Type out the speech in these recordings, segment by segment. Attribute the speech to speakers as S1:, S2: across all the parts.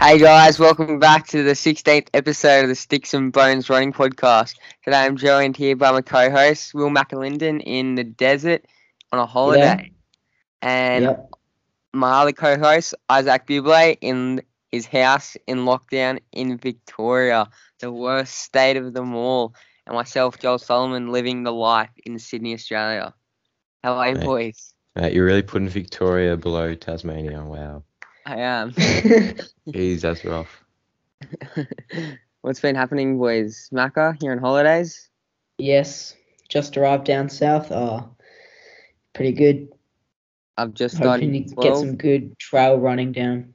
S1: Hey guys, welcome back to the 16th episode of the Sticks and Bones Running Podcast. Today I'm joined here by my co host, Will McAlinden, in the desert on a holiday. And
S2: Yep.
S1: my other co host, Isaac Buble, in his house in lockdown in Victoria, the worst state of them all. And myself, Joel Solomon, living the life in Sydney, Australia. How are you,
S3: Mate.
S1: boys?
S3: Mate, you're really putting Victoria below Tasmania. Wow.
S1: I am.
S3: Jeez, that's rough.
S1: What's been happening, boys? Macca, you're on holidays?
S2: yes, just arrived down south. Oh, pretty good.
S1: I've just
S2: Hoping
S1: started.
S2: to
S1: in
S2: get
S1: 12.
S2: some good trail running down.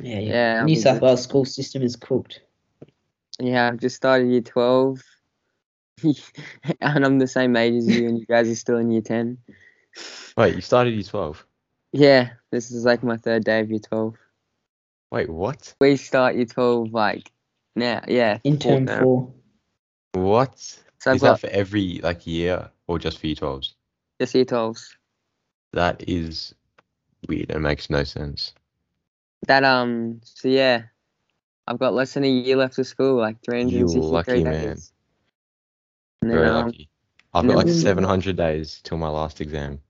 S2: Yeah, yeah.
S1: Yeah,
S2: New
S1: I'm
S2: South Wales school system is cooked.
S1: Yeah, I've just started year twelve, and I'm the same age as you, and you guys are still in year ten.
S3: Wait, you started year 12.
S1: Yeah, this is like my third day of year twelve.
S3: Wait, what?
S1: We start year twelve like now. Yeah,
S2: In
S1: fourth
S2: term
S1: now.
S2: four.
S3: What? Is
S1: So I've
S3: that
S1: got
S3: for every like year or just for year 12s?
S1: just year twelves.
S3: That is weird and makes no sense.
S1: That um. So yeah, I've got less than a year left of school. Like three hundred and
S3: lucky
S1: sixty-three days.
S3: man.
S1: And then,
S3: Very
S1: um,
S3: lucky. I've
S1: no.
S3: got like 700 days till my last exam.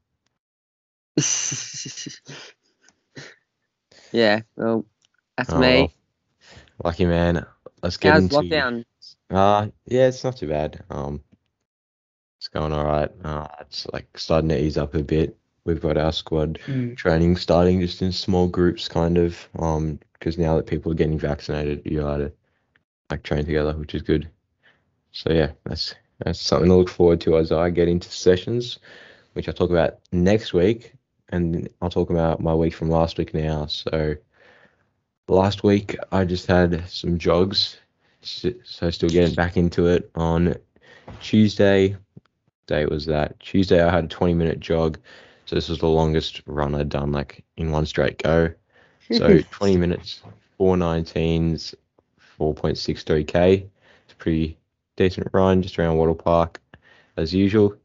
S1: yeah. Well, that's
S3: Oh,
S1: me.
S3: well. Lucky man. Let's get
S1: How's
S3: into
S1: lockdown?
S3: Uh, yeah, it's not too bad. Um, it's going all right. Uh, it's like starting to ease up a bit. We've got our squad
S2: Mm.
S3: training starting just in small groups, kind of. Um, because now that people are getting vaccinated, you are to like train together, which is good. So yeah, that's that's something to look forward to as I get into sessions, which I'll talk about next week, and I'll talk about my week from last week now. So last week I just had some jogs, s- so still getting back into it on Tuesday. Day was that Tuesday I had a 20 minute jog, so this was the longest run I'd done like in one straight go. So 20 minutes, 419s, 4.63k. It's a pretty decent run just around Wattle Park as usual.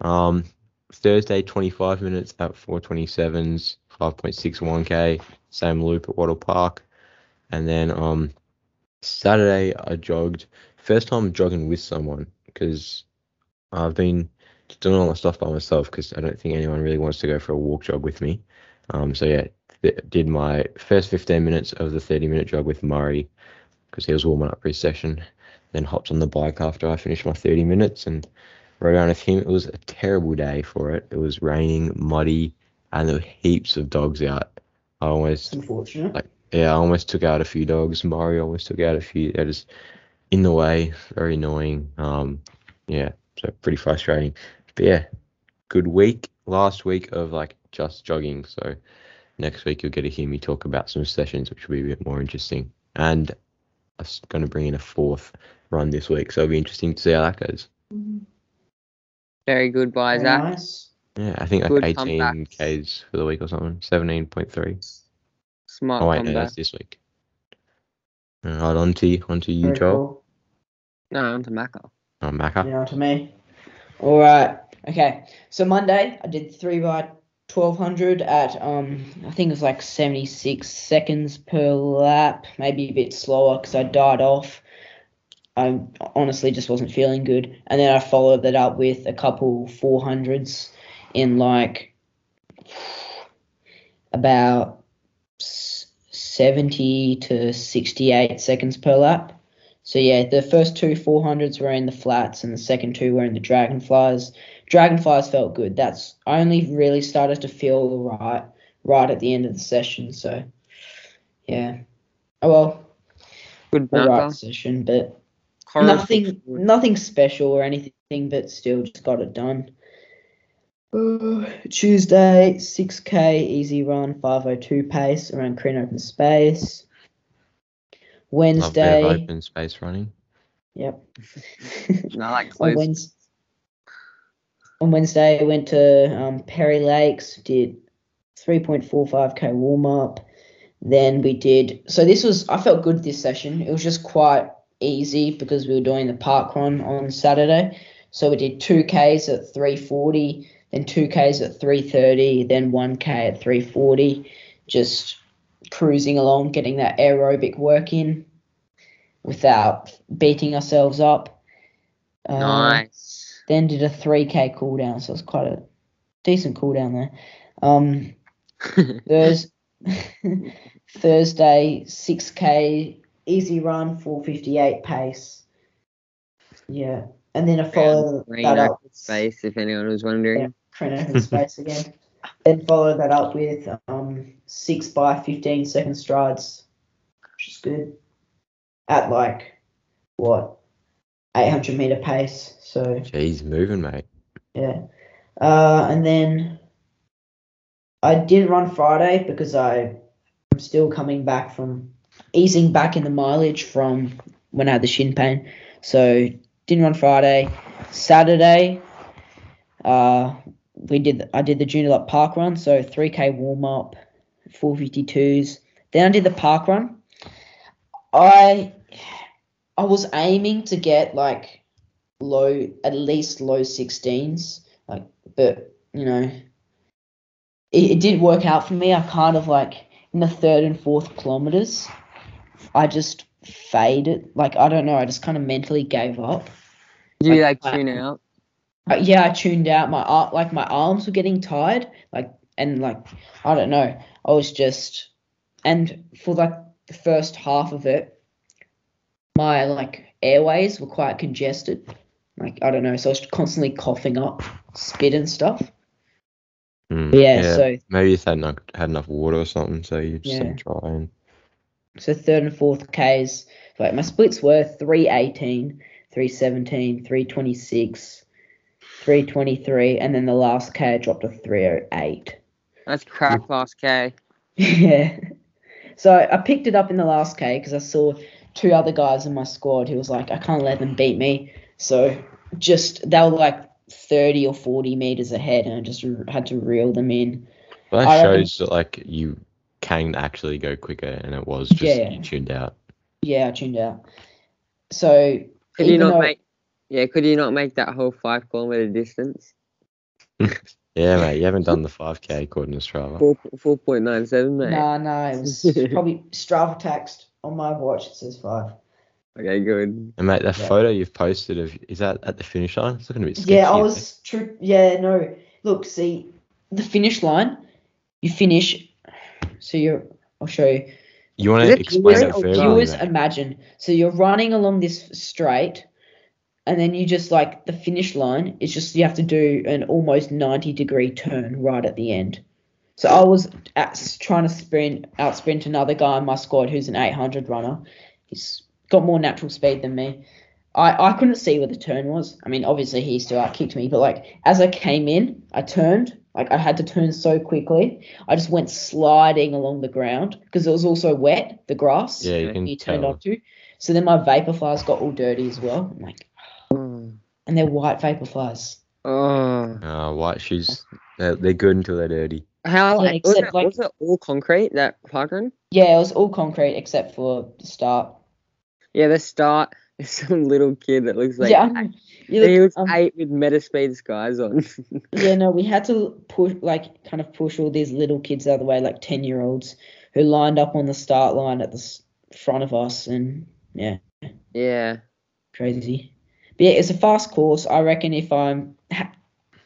S3: Um, Thursday, 25 minutes at 427s, 5.61k, same loop at Wattle Park. And then um, Saturday, I jogged. First time jogging with someone because I've been doing all my stuff by myself because I don't think anyone really wants to go for a walk jog with me. Um, so yeah, th- did my first 15 minutes of the 30 minute jog with Murray because he was warming up for his session. Then hopped on the bike after I finished my 30 minutes and rode around with him. It was a terrible day for it. It was raining, muddy, and there were heaps of dogs out. I almost
S2: Unfortunate.
S3: like yeah, I almost took out a few dogs. Mario almost took out a few. They're just in the way, very annoying. Um, yeah, so pretty frustrating. But yeah, good week. Last week of like just jogging. So next week you'll get to hear me talk about some sessions, which will be a bit more interesting. And I'm going to bring in a fourth run this week, so it'll be interesting to see how that goes.
S1: Very good, by
S2: Very
S1: Isaac.
S2: nice.
S3: Yeah, I think like
S1: Good
S3: 18
S1: comebacks.
S3: k's for the week or something. 17.3.
S1: Smart
S3: Oh wait, no,
S1: comeback.
S3: that's this week. All right, on to you, on to you,
S2: Very
S3: Joel.
S2: cool.
S1: No, I'm to Macca.
S3: Oh, Macca.
S2: Now to me. All right. Okay. So Monday, I did three by twelve hundred at um, I think it was like seventy six seconds per lap, maybe a bit slower because I died off. I honestly just wasn't feeling good, and then I followed that up with a couple four hundreds in like about s- seventy to sixty eight seconds per lap. So yeah, the first two 400s were in the flats, and the second two were in the dragonflies. Dragonflies felt good. That's I only really started to feel right right at the end of the session. So yeah, oh well,
S1: Good
S2: all right
S1: Macca.
S2: session, but
S1: Correlation
S2: nothing
S1: would-
S2: nothing special or anything, but still just got it done. Uh, Tuesday, 6k easy run, 502 pace around Green Open Space.
S3: Love a bit of
S2: Wednesday,
S3: open space running.
S2: yep.
S1: I like
S2: on
S1: close.
S2: Wednesday, on Wednesday I went to um, Perry Lakes, did 3.45k warm up. Then we did, so this was, I felt good this session. It was just quite easy because we were doing the park run on Saturday. So we did 2Ks at 340, then 2Ks at 330, then 1K at 340. Just cruising along, getting that aerobic work in without beating ourselves up. Uh,
S1: nice.
S2: Then did a 3K cooldown, so it's quite a decent cooldown there. Um, Thurs- Thursday, 6K, easy run, 458 pace. Yeah. And then I follow
S1: Green
S2: that
S1: open
S2: up with
S1: space, if anyone was wondering.
S2: print open space again. Then follow that up with um, 6 by 15 second strides, which is good. At like, what, 800 meter pace. So,
S3: Jeez, moving, mate.
S2: yeah. Uh, and then I didn't run Friday because I am still coming back from easing back in the mileage from when I had the shin pain. So didn't run Friday. Saturday, uh, we did I did the junior lap park run, so 3k warm up, 452s. Then I did the park run. I I was aiming to get like low at least low 16s like but you know it, it did work out for me i kind of like in the third and fourth kilometers i just faded like i don't know i just kind of mentally gave up
S1: Did you like
S2: Like,
S1: tune out?
S2: Uh, yeah i tuned out my ar- like my arms were getting tired like and like i don't know i was just and for like the first half of it my like airways were quite congested like i don't know so i was constantly coughing up spit and stuff
S3: Mm,
S2: yeah, so
S3: maybe you had enough had enough water or something, so you just
S2: Yeah.
S3: had to try and
S2: so third and fourth Ks. Like my splits were 318, 317, 326, 323, and then the last K I dropped to 308.
S1: That's crap last K.
S2: yeah. So I picked it up in the last K because I saw two other guys in my squad who was like, I can't let them beat me. So just they were like 30 or 40 meters ahead, and I just r- had to reel them in.
S3: Well,
S2: I
S3: that
S2: reckon-
S3: shows that like you can actually go quicker, and it was just
S2: Yeah.
S3: you tuned out.
S2: Yeah, I tuned out. So
S1: Could you
S2: Even
S1: not
S2: though-
S1: make? Yeah, could you not make that whole five kilometer distance?
S3: Yeah, mate, you haven't done the 5k according to Strava.
S1: Four four point nine seven, mate.
S2: No, no, it was probably Strava text on my watch. It says five.
S1: Okay, good.
S3: And mate, that
S2: Yeah.
S3: photo you've posted of is that at the finish line? It's looking a bit sketchy.
S2: yeah, I
S3: mate.
S2: was true. Yeah, no. Look, see the finish line. You finish. So you're. I'll show you.
S3: You want
S1: Is
S3: to
S1: it
S3: explain
S1: viewers
S3: that
S1: or
S3: verbally?
S2: Viewers,
S3: mate?
S2: imagine. So you're running along this straight, and then you just like the finish line. It's just you have to do an almost ninety degree turn right at the end. So I was at, trying to sprint out sprint another guy in my squad who's an eight hundred runner. He's got more natural speed than me. I, I couldn't see where the turn was. I mean, obviously he still outkicked me, but like as I came in, I turned. Like I had to turn so quickly, I just went sliding along the ground because it was also wet, the grass.
S3: Yeah, you can
S2: you turned
S3: tell.
S2: onto. So then my vapor flies got all dirty as well. I'm like,
S1: Oh,
S2: and they're white vapor flies.
S1: oh.
S3: Uh, white shoes. They're, they're good until they're dirty.
S1: how was,
S2: Yeah, except,
S1: it,
S2: like-
S1: was it all concrete that park run?
S2: Yeah, it was all concrete except for the start.
S1: Yeah, the start. There's some little kid that looks like
S2: yeah, I know. You
S1: And he
S2: look-
S1: looks
S2: um,
S1: eight with Metaspeed skies on.
S2: yeah, no, we had to push, like, kind of push all these little kids out of the way, like 10 year olds who lined up on the start line at the s- front of us, and yeah,
S1: yeah.
S2: crazy. But yeah, it's a fast course. I reckon if I'm ha-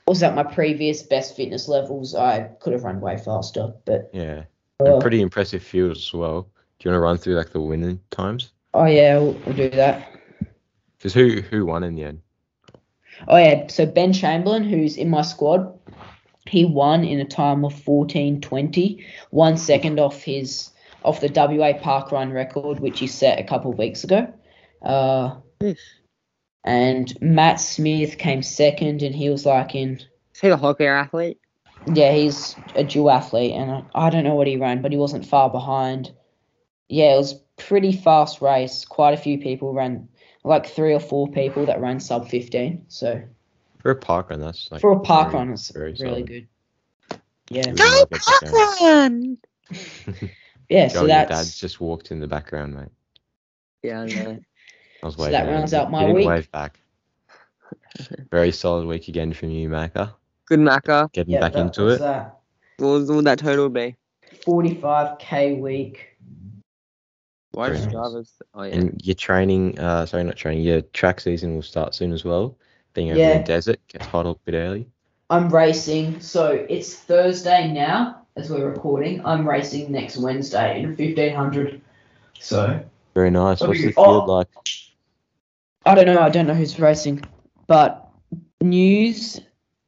S2: was at my previous best fitness levels, I could have run way faster. But
S3: Yeah.
S2: uh,
S3: And pretty impressive fields as well. Do you want to run through like the winning times?
S2: oh yeah, we'll, we'll do that.
S3: Because who who won in the end?
S2: Oh yeah, so Ben Chamberlain, who's in my squad, he won in a time of fourteen twenty, one second off his off the WA park run record, which he set a couple of weeks ago. Uh,
S1: Yes.
S2: and Matt Smith came second, and he was like in
S1: See the hockey athlete?
S2: yeah, he's a dual athlete, and I, I don't know what he ran, but he wasn't far behind. Yeah, it was pretty fast race. Quite a few people ran, like three or four people that ran sub fifteen. So.
S3: For a park run, that's like
S2: For a park
S3: very-
S2: run, it's
S3: very
S2: really
S3: solid.
S2: good. Yeah,
S3: Go Yeah, that's okay.
S1: run!
S2: yeah.
S3: Joey,
S2: So
S3: your
S2: that's
S3: dad's just walked in the background, mate.
S1: Yeah, I know.
S3: I was
S2: So
S3: waving.
S2: that
S3: at him.
S2: rounds
S3: He-
S2: out
S3: he
S2: my
S3: didn't
S2: week.
S3: Wave back. Very solid week again from you, Macker.
S1: Good Maka.
S3: Getting
S2: yeah,
S3: back
S2: that
S3: into
S2: was uh,
S3: it.
S2: that.
S1: What was- what would that total be?
S2: 45k week.
S1: Why
S3: Very
S1: does
S3: nice.
S1: drivers? Oh yeah.
S3: And your training, uh, sorry, not training, your track season will start soon as well. Being over in
S2: Yeah.
S3: the desert, gets hot a bit early.
S2: I'm racing, so it's Thursday now as we're recording. I'm racing next Wednesday in 1500. So
S3: Very nice.
S2: Oh,
S3: What's the
S2: you- oh.
S3: field like?
S2: I don't know. I don't know who's racing, but news: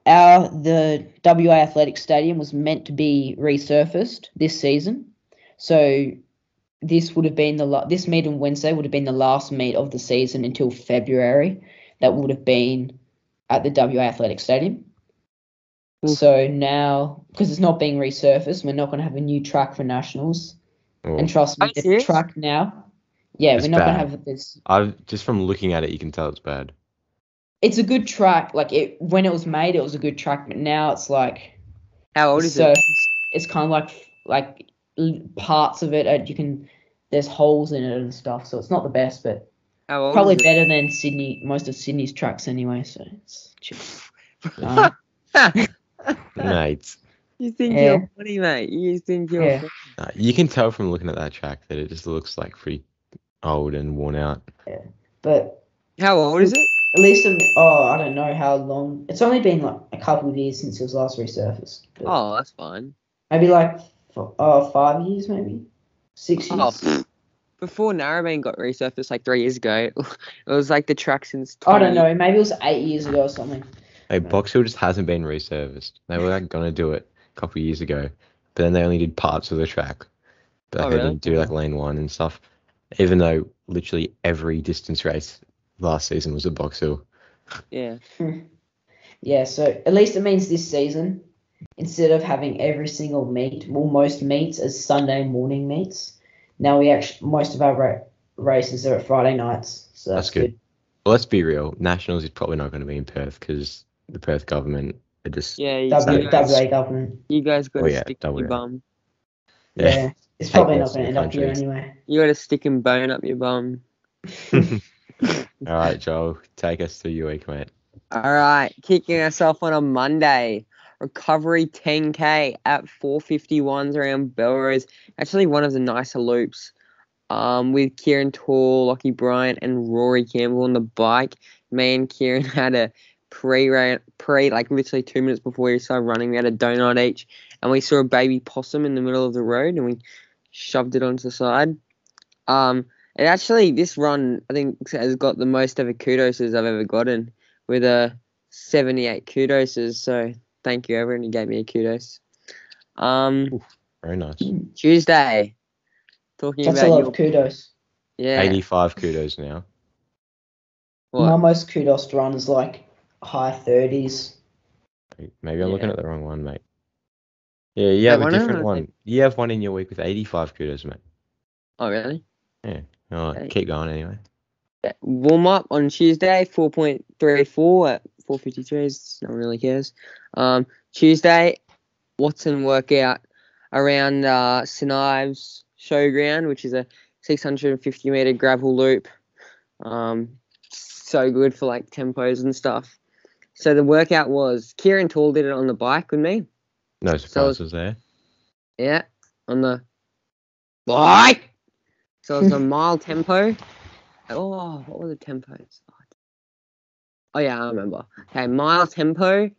S2: our the WA Athletic Stadium was meant to be resurfaced this season, so this would have been the la- this meet on Wednesday would have been the last meet of the season until February. That would have been at the WA Athletic Stadium.
S1: Mm.
S2: So now, because it's not being resurfaced, we're not going to have a new track for nationals.
S3: Oh,
S2: And trust
S1: Are
S2: me,
S1: you
S2: the
S1: serious?
S2: track now, yeah,
S3: It's
S2: we're not going
S3: bad.
S2: to have this
S3: Oh, I've just from looking at it, you can tell it's bad.
S2: it's a good track. Like it when it was made, it was a good track, but now it's like
S1: How old is
S2: so
S1: it?
S2: It's, it's kind of like like l- parts of it are, you can there's holes in it and stuff, so it's not the best, but
S1: How old
S2: probably
S1: is
S2: better than Sydney most of Sydney's tracks anyway. So it's just, um,
S1: it?
S3: Mate,
S1: you think
S2: Yeah.
S1: you're funny, mate? You think you're
S2: Yeah.
S1: funny.
S3: nah, Uh, you can tell from looking at that track that it just looks like pretty old and worn out.
S2: but
S1: How old is it?
S2: at least I'm, oh I don't know how long. It's only been like a couple of years since it was last resurfaced. but
S1: Oh, that's fine.
S2: Maybe like f- oh, five years, maybe six years.
S1: Oh, pfft. before Narrabeen got resurfaced like three years ago, it was like the track since.
S2: I
S1: 20
S2: don't know. Maybe it was eight years ago or something.
S3: Like Box Hill just hasn't been resurfaced. They were like, gonna do it a couple of years ago, but then they only did parts of the track. But like,
S1: Oh,
S3: they
S1: really?
S3: didn't do like lane one and stuff. Even though literally every distance race last season was at Box Hill.
S1: Yeah.
S2: Yeah, so at least it means this season, instead of having every single meet, well, most meets as Sunday morning meets, now we actually most of our ra- races are at Friday nights. So
S3: That's
S2: that's,
S3: good. Well, let's be real. Nationals is probably not going to be in Perth because the Perth government are just
S1: Yeah. You,
S2: W-
S1: you guys,
S2: WA government.
S1: you guys gotta
S3: Oh, yeah,
S1: stick your
S3: WA.
S1: bum.
S2: Yeah.
S3: Yeah.
S2: It's probably
S3: Take
S2: not
S3: those
S2: going to
S3: two
S2: end up here
S3: countries.
S2: anyway.
S1: You gotta stick and bone up your bum.
S3: All right, Joel, take us through your week, mate.
S1: All right, kicking us off on a Monday. Recovery 10k at 451s around Belrose. Actually, one of the nicer loops. Um, with Kieran Tall, Lockie Bryant, and Rory Campbell on the bike. Me and Kieran had a pre pre like literally two minutes before we started running. We had a donut each, and we saw a baby possum in the middle of the road, and we shoved it onto the side. Um, and actually, this run I think has got the most ever kudoses I've ever gotten with a 78 kudoses. So thank you, everyone who gave me a kudos. Um,
S3: Very nice.
S1: Tuesday, talking
S2: That's a
S1: about
S2: lot
S1: your
S2: of kudos.
S1: yeah,
S3: 85 kudos now.
S1: what?
S2: My most kudos run is like high 30s.
S3: Maybe I'm looking
S1: Yeah.
S3: at the wrong one, mate. Yeah, you have
S1: why
S3: a
S1: don't
S3: different
S1: I-
S3: one. You have one in your week with 85 kudos, mate.
S1: oh really?
S3: All right,
S1: Okay.
S3: keep going anyway.
S1: Yeah, Warm up on Tuesday, 4.34 at 4:53s. No one really cares. Um, Tuesday, Watson workout around uh, St Ives Showground, which is a 650 meter gravel loop. Um, so good for like tempos and stuff. So the workout was Kieran Tall did it on the bike with me.
S3: No surprises there.
S1: Yeah, on the bike. So it's a mile tempo. Oh, what were the tempos? Oh yeah, I remember. Okay, mile tempo,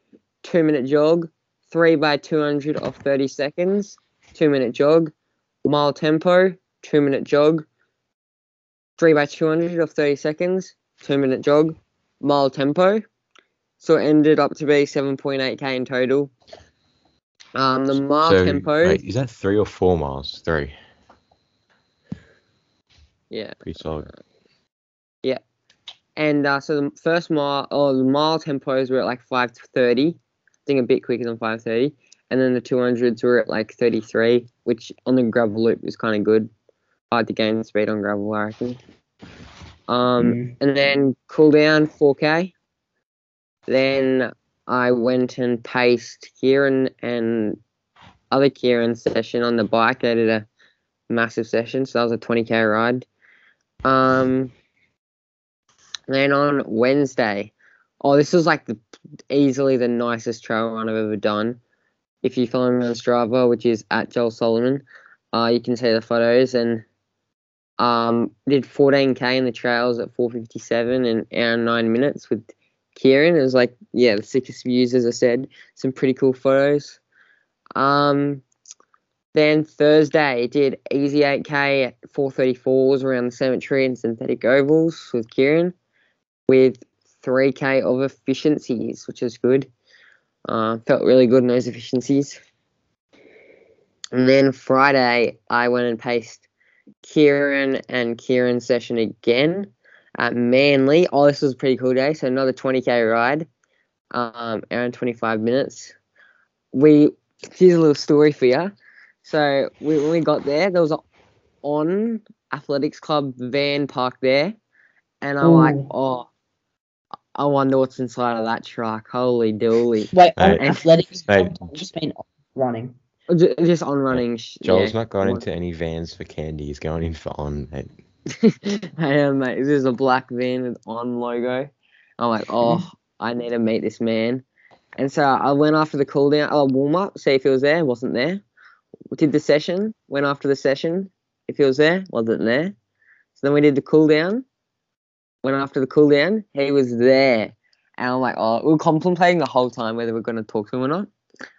S1: two minute jog, three by two hundred off thirty seconds, two minute jog, mile tempo, two minute jog, three by two hundred off thirty seconds, two minute jog, mile tempo. So it ended up to be seven point eight k in total. Um, the mile
S3: So,
S1: tempo.
S3: wait, is that three or four miles? Three.
S1: Yeah.
S3: Pretty solid.
S1: Uh, And uh, so the first mile, or the mile tempos were at like 5:30, I think a bit quicker than 5:30, and then the 200s were at like 33, which on the gravel loop was kind of good. Hard to gain speed on gravel, I reckon. Um,
S2: Mm.
S1: and then cool down 4k. Then I went and paced Kieran and other Kieran session on the bike. They did a massive session, so that was a 20k ride. Um, then on Wednesday, oh, this was like the, easily the nicest trail run I've ever done. if you follow me on Strava, which is at Joel Solomon, uh, you can see the photos and um, did 14k in the trails at 4:57 and hour and nine minutes with Kieran. It was like yeah, the sickest views as I said. Some pretty cool photos. Um, then Thursday did easy 8k at 4:34s around the cemetery and synthetic ovals with Kieran, with 3k of efficiencies, which is good. Uh, felt really good in those efficiencies. And then Friday, I went and paced Kieran and Kieran session again at Manly. Oh, this was a pretty cool day. So another 20k ride, um, around 25 minutes. We here's a little story for you. So we, when we got there, there was a on athletics club van parked there, and I'm
S2: Ooh.
S1: like, oh, I wonder what's inside of that truck. Holy dooly!
S2: Wait, on
S3: Hey.
S2: athletics,
S3: Hey.
S2: I've just been running.
S1: Ju- Just on running. sh-
S3: Joel's
S1: yeah.
S3: not got
S1: Come on.
S3: into any vans for candy. He's going in for on, mate.
S1: I am mate. This is a black van with on logo. I'm like, oh, I need to meet this man. And so I went after the cool down, oh, warm up, see if he was there. Wasn't there. Did the session. Went after the session. If he was there, wasn't there. So then we did the cool down. Went after the cool down. He was there. And I'm like, oh, we were contemplating the whole time whether we're gonna talk to him or not.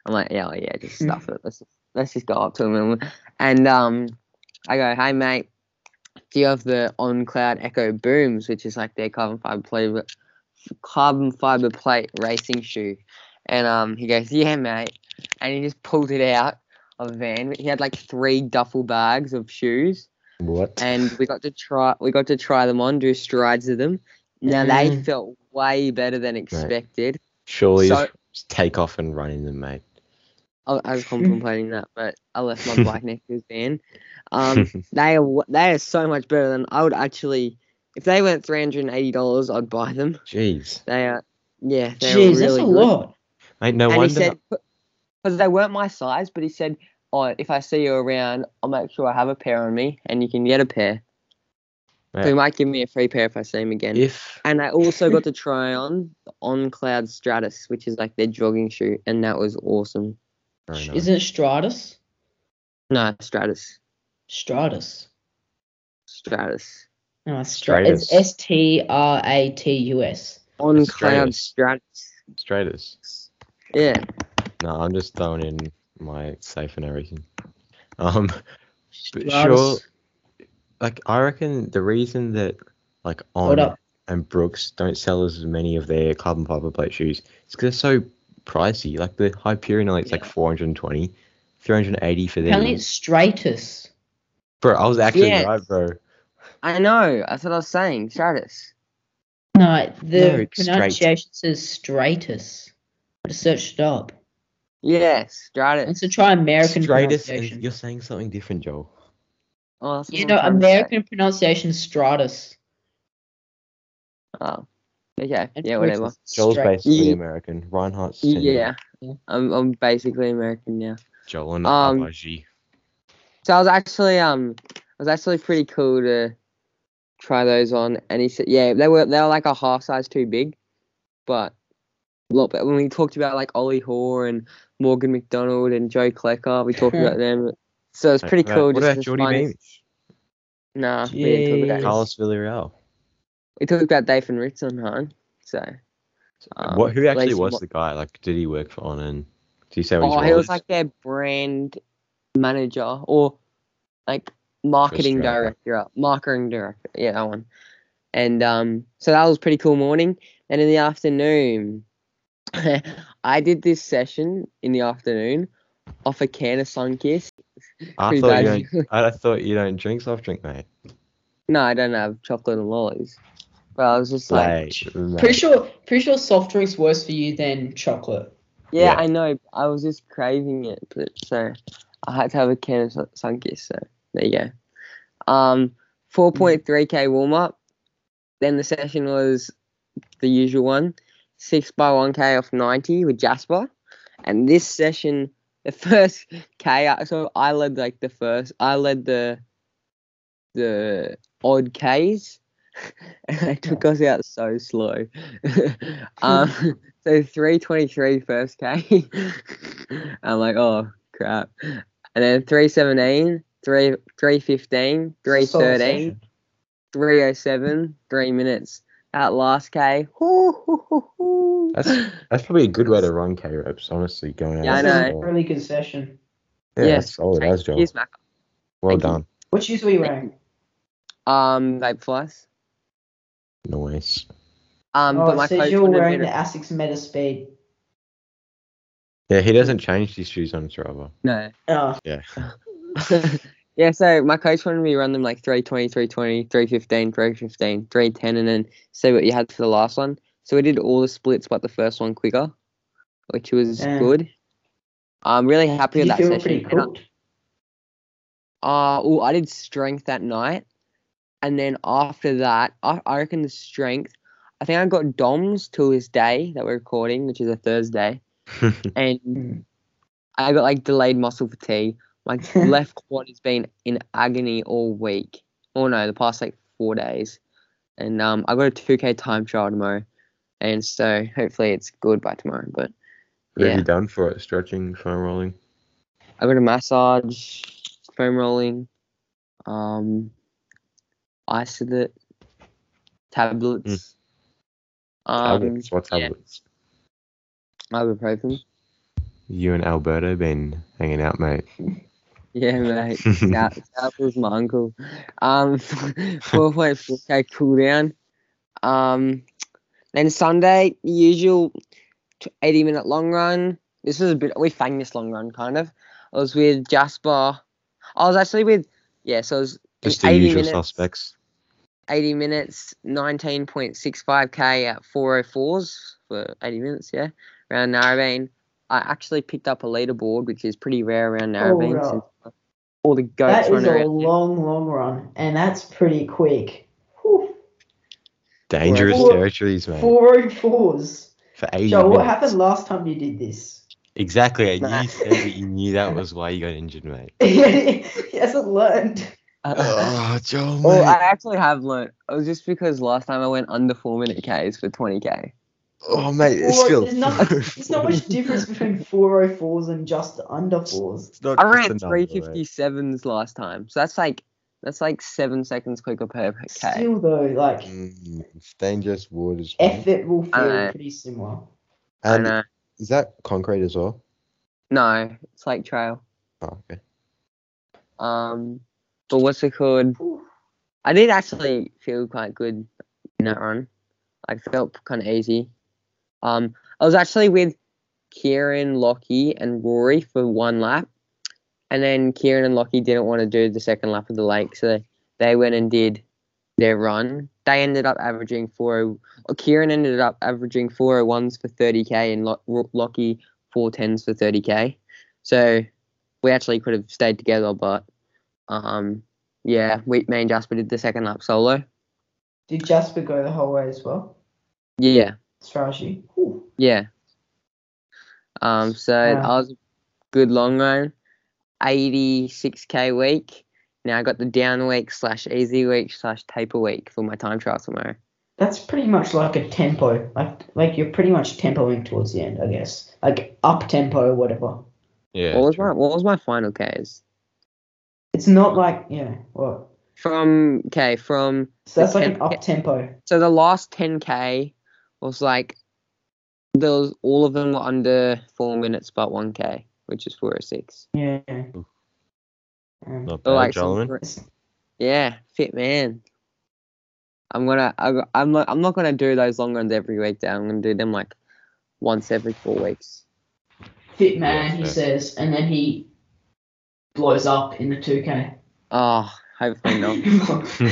S1: I'm like, yeah, yeah, just stuff it. Let's let's just go up to him and, and um, I go, hey mate, do you have the OnCloud Echo Booms, which is like their carbon fiber plate, carbon fiber plate racing shoe. And um, he goes, yeah, mate. And he just pulled it out of the van. He had like three duffel bags of shoes,
S3: What?
S1: and we got to try. We got to try them on, do strides of them. Now they
S2: Mm.
S1: felt way better than expected.
S3: Surely
S1: So-
S3: just take off and run in them, mate.
S1: I, I was contemplating that, but I left my bike next to his van. Um, they are wa- they are so much better than I would actually. If they weren't three hundred and eighty dollars, I'd buy them.
S3: Jeez,
S1: They are, yeah, they
S2: Jeez,
S1: were
S2: that's
S1: really
S2: a
S1: good.
S2: lot.
S3: mate. No
S1: and he
S3: wonder.
S1: said, because they weren't my size, but he said, "Oh, if I see you around, I'll make sure I have a pair on me, and you can get a pair. So he
S3: Right.
S1: might give me a free pair if I see him again."
S3: if
S1: And I also got to try on the OnCloud Stratus, which is like their jogging shoe, and that was awesome.
S3: Very nice.
S2: Isn't it Stratus?
S1: No, Stratus,
S2: Stratus.
S1: Stratus.
S2: No, Oh, it's Stratus. It's
S3: Stratus.
S2: S T R A T U S.
S1: on
S3: It's
S1: cloud stratus.
S3: straighters?
S1: Yeah.
S3: No, I'm just throwing in my safe and everything. Um, but sure.
S2: Stratus.
S3: Like I reckon the reason that like
S2: Hold
S3: on
S2: up.
S3: and Brooks don't sell as many of their carbon fiber plate shoes is because they're so pricey. Like the Hyperion Elite's like
S2: Yeah.
S3: 420, 380 for
S2: Apparently
S3: them.
S2: it's Stratus.
S3: Bro, I was actually
S1: Yeah.
S3: right, bro.
S1: I know. That's what I was saying. Stratus.
S2: No, the
S3: No, it's straight.
S2: pronunciation says Stratus. I just searched it up.
S1: Yeah, stratus.
S2: Let's try American
S3: Stratus, and
S2: pronunciation.
S3: you're saying something different, Joel.
S1: Oh, that's
S2: You
S1: what I'm trying
S2: know,
S1: to say.
S2: American pronunciation is Stratus.
S1: Oh. Okay.
S2: And
S1: Yeah,
S2: Brooks
S1: whatever.
S2: is
S3: Joel's
S2: Strat-
S3: basically
S1: Ye-
S3: American. Reinhardt's
S1: Yeah.
S2: Yeah.
S1: I'm, I'm basically American now.
S3: Joel and
S1: Um,
S3: Abaji.
S1: So I was actually um it was actually pretty cool to try those on and he said yeah, they were they were like a half size too big. But look but when we talked about like Ollie Hoare and Morgan McDonald and Joe Klecker, we talked about them. So it's pretty
S3: What about-
S1: cool
S3: What
S1: just
S3: about
S1: to
S3: Jordy
S1: find-
S3: Beamish?
S1: Nah, we didn't talk
S2: Jeez.
S1: about
S3: Carlos Villarreal.
S1: we talked about Dathan Ritz on home. So um,
S3: what? Who actually
S1: Lacey
S3: was
S1: Wa-
S3: the guy? Like, did he work for on and? Do you say what his
S1: Oh,
S3: role
S1: he was
S3: is?
S1: like their brand manager or like marketing
S3: Australia.
S1: director, marketing director. Yeah, that one. And um, so that was pretty cool morning. And in the afternoon, I did this session in the afternoon off a can of Sunkiss.
S3: I
S1: pretty
S3: thought you.
S1: bad.
S3: Don't, I thought you don't drink soft drink, mate.
S1: No, I don't have chocolate and lollies, but I was just like,
S3: Like, mate.
S2: Pretty sure, pretty sure soft drinks worse for you than chocolate.
S1: yeah,
S3: Yeah.
S1: I know. I was just craving it, but so I had to have a can of Sun- Sunkist. So there you go. Um, 4.3k warm up. Then the session was the usual one, six by one k off 90 with Jasper. And this session, the first k, I- so I led like the first. I led the the odd k's, and they took us out so slow. um, so 323 first K. I'm like, oh crap. And then 317, 3, 315,
S2: It's a solid
S1: 313,
S2: session.
S1: 307, three minutes. That last K. hoo, hoo, hoo, hoo.
S3: That's- That's probably a good way to run K reps, honestly. Going out
S1: Yeah, I
S3: and
S2: This is a
S3: scoring.
S2: Really good session.
S3: Yeah,
S1: Yes.
S3: that's solid. That was Joel.
S1: Here's Mac.
S3: Well
S1: thank you.
S3: done.
S2: What shoes were you wearing?
S1: Um, vape flies.
S3: Nice.
S1: Um,
S2: oh,
S1: but my
S2: it says
S1: coach
S2: you were
S1: wouldn't
S2: wearing
S1: admit
S2: the
S1: it.
S2: Asics Meta Speed.
S3: Yeah, he doesn't change his shoes on Strava.
S1: No.
S2: Oh,
S3: Yeah.
S1: yeah, so my coach wanted me to run them like 320, 320, 315, 315, 310, and then say what you had for the last one. So we did all the splits but the first one quicker, which was
S2: Yeah.
S1: good. I'm really happy
S2: did
S1: with
S2: you
S1: that
S2: feel
S1: session.
S2: pretty
S1: And I-
S2: cool?
S1: uh, ooh, I did strength that night. And then after that, I, I reckon the strength, I think I got DOMs till this day that we're recording, which is a Thursday. And I got like delayed muscle fatigue. My left quad has been in agony all week. Oh no, the past like four days. And um, I got a 2K time trial tomorrow. And so hopefully it's good by tomorrow. But
S3: What
S1: Yeah.
S3: have you done for it? Stretching, foam rolling?
S1: I got a massage, foam rolling, um, isolate, tablets, um,
S3: Hmm. tablets? What
S1: yeah.
S3: tablets?
S1: ibuprofen.
S3: You and Alberto been hanging out, mate.
S1: Yeah, mate. that, that was my uncle. Um, 4.4k cooldown. Um, then Sunday, the usual t- 80 minute long run. This is a bit, we fang this long run kind of. I was with Jasper. I was actually with, yeah, so it was
S3: Just the
S1: 80
S3: usual
S1: minutes.
S3: suspects.
S1: 80 minutes, 19.65k at 404s for 80 minutes, yeah, around Narrabeen. I actually picked up a leaderboard, which is pretty rare around Narrabeen.
S2: no.
S1: since all the goats
S2: Oh, That is
S1: run
S2: a
S1: around.
S2: long, long run, and that's pretty quick. Whew,
S3: Dangerous
S2: Four-
S3: territories, mate.
S2: Four oh fours.
S3: for 80
S2: Joel, what
S3: minutes.
S2: happened last time you did this?
S3: Exactly.
S1: Nah.
S3: You said that you knew that was why you got injured, mate.
S2: he hasn't learned.
S3: Oh. Joel,
S1: well, I actually have learned. It was just because last time I went under 4 minute Ks for 20k.
S3: oh, mate,
S2: Four- there's not- There's not much difference between four oh fours and just under fours.
S3: It's not
S1: I
S3: just
S1: ran
S3: a number, eh? mate.
S1: 357s last time, so that's like that's like seven seconds quicker per k.
S2: Still though, like
S3: Mm, it's dangerous wood as well.
S2: effort will feel
S1: I know.
S2: pretty similar.
S1: I
S3: And
S1: know.
S3: is that concrete as well?
S1: No, it's like trail.
S3: Oh, okay.
S1: Um, but what's it called?
S2: Whew.
S1: I did actually feel quite good in that run. I felt kind of easy. Um, I was actually with Kieran, Lockie, and Rory for one lap, and then Kieran and Lockie didn't want to do the second lap of the lake, so they went and did their run. They ended up averaging four. oh, Or Kieran ended up averaging four oh ones for thirty k, and Lo- Ro- Lockie four tens for thirty k. So we actually could have stayed together, but um, yeah, we, me and Jasper did the second lap solo.
S2: Did Jasper go the whole way as well?
S1: Yeah,
S2: Strashi. Whew.
S1: yeah. Um, so
S2: Wow.
S1: I was a good long run, 86k week. Now I got the down week slash easy week slash taper week for my time trial tomorrow.
S2: That's pretty much like a tempo. Like like you're pretty much tempoing towards the end, I guess. Like up tempo, whatever.
S3: Yeah.
S1: what was
S3: true.
S1: my what was my final K's?
S2: It's not like yeah, what?
S1: From okay, from
S2: So that's
S1: The
S2: like
S1: temp-
S2: an up tempo.
S1: so the last 10k was like there was all of them were under four minutes but 1k, which is 406.
S2: Yeah. Um,
S3: Not
S1: So
S3: bad,
S1: like some
S3: gentlemen.
S1: gr-
S2: it's-
S1: Yeah, fit man. I'm gonna. I go- I'm not. I'm not gonna do those long runs every week. Though I'm gonna do them like once every four weeks.
S2: fit man,
S3: Yeah,
S2: he
S3: fair.
S2: says, and then he blows up in the 2K.
S1: Oh, hopefully not.
S2: no.
S3: Hey,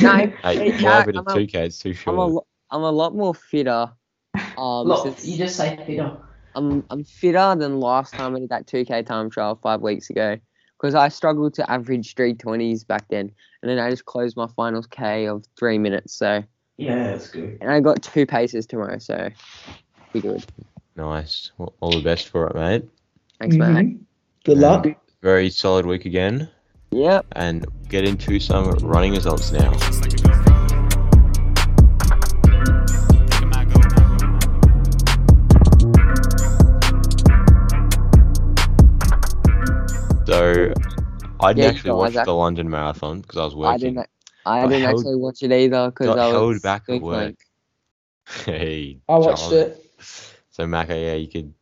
S1: Hey,
S3: why
S1: Jack,
S3: would it
S1: I'm a-
S3: 2K? It's too short.
S1: I'm a. lo- I'm a lot more fitter. Um,
S2: Look,
S1: since
S2: you just say fitter.
S1: I'm. I'm fitter than last time I did that 2K time trial five weeks ago. Because I struggled to average 320s back then, and then I just closed my finals K of three minutes. So,
S2: Yeah, that's good.
S1: and I got two paces tomorrow. So, be good.
S3: Nice. Well, all the best for it, mate.
S1: Thanks, mate.
S2: Mm-hmm. Good
S3: Yeah.
S2: luck.
S3: Very solid week again.
S1: Yep.
S3: And get into some running results now.
S4: It's like a GoPro.
S3: So I didn't
S1: Yeah, you
S3: actually
S1: know,
S3: watch
S1: Isaac-
S3: the London Marathon because I was working.
S1: I didn't. I
S3: Got
S1: didn't
S3: held-
S1: actually watch it either because
S3: got
S1: I was
S3: held back at
S1: sleeping.
S3: work. Hey,
S2: I watched
S3: Charles.
S2: it.
S3: So Maka, yeah, you could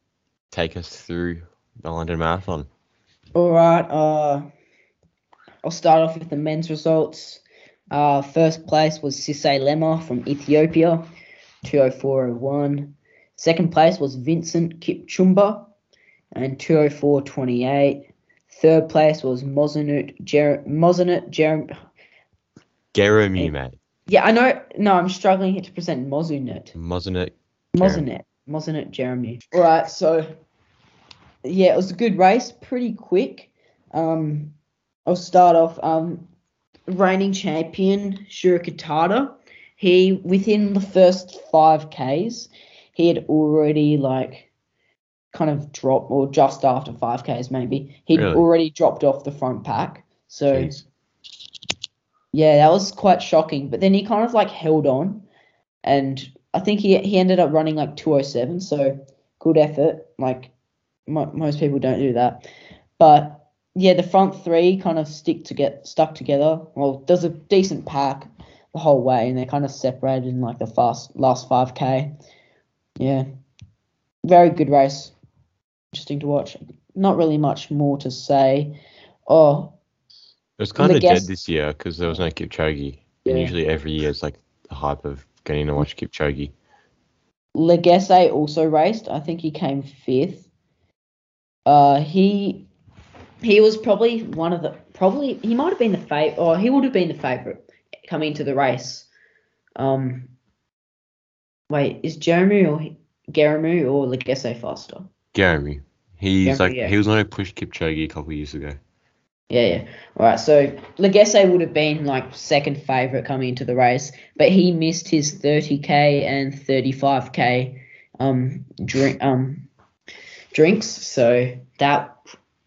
S3: take us through the London Marathon.
S2: All right. Uh, I'll start off with the men's results. Uh, first place was Sisse Lema from Ethiopia, 204.01. Second place was Vincent Kipchumba, and 204.28. Third place was Mozinut Jer- Mozinut Jer-
S3: Jeremy,
S2: Hey.
S3: mate.
S2: Yeah, I know. No, I'm struggling here to present Mozinut.
S3: Wasn't it?
S2: Wasn't it? Wasn't it, Jeremy? All right, so yeah, it was a good race, pretty quick. Um, I'll start off. Um, reigning champion Shura Katada. He within the first five k's, he had already like kind of dropped, or just after five k's maybe, he'd
S3: Really?
S2: already dropped off the front pack. So.
S3: Jeez.
S2: Yeah, that was quite shocking. But then he kind of like held on, and I think he he ended up running like 207. So good effort. Like mo most people don't do that, but yeah, the front three kind of stick to get stuck together. Well, there's a decent pack the whole way, and they're kind of separated in like the fast last 5k. Yeah, very good race. Interesting to watch. Not really much more to say. Oh,
S3: It was kind
S2: the
S3: of
S2: guess-
S3: dead this year because there was no Kipchoge.
S2: Yeah.
S3: And usually every year it's like the hype of getting to watch Kipchoge.
S2: Legesse also raced. I think he came fifth. Uh, he he was probably one of the probably he might have been the favorite or he would have been the favorite coming into the race. Um, wait, is Jeremy or Garamu or Legesse faster?
S3: Jeremy.
S2: Jeremy,
S3: He's like
S2: yeah.
S3: he was the one who pushed Kipchoge a couple of years ago.
S2: Yeah, yeah. All right. So Legesse would have been like second favorite coming into the race, but he missed his 30k and 35k um drink um drinks. So that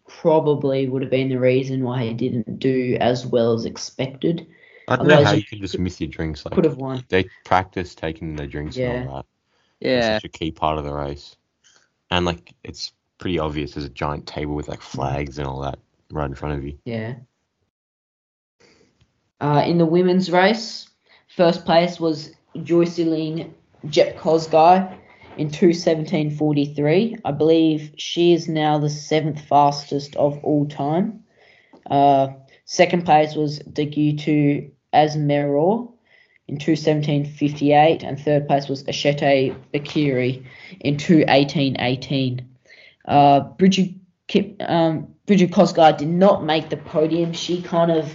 S2: probably would have been the reason why he didn't do as well as expected.
S3: I don't know
S2: Otherwise
S3: how
S2: you
S3: you can just miss your drinks. Like
S2: Could have won.
S3: they practice taking their drinks and all that. It's
S1: Yeah.
S3: such a key part of the race. And like it's pretty obvious there's a giant table with like flags and all that right in front of you.
S2: Yeah. Uh, in the women's race, first place was Joyceline Jep Kosgei in 217.43. I believe she is now the seventh fastest of all time. Uh, second place was Degutu Asmeror in 217.58. And third place was Ashete Bakiri in 218.18. Uh, Bridget Kip, um, Bridget Kosgei did not make the podium. She kind of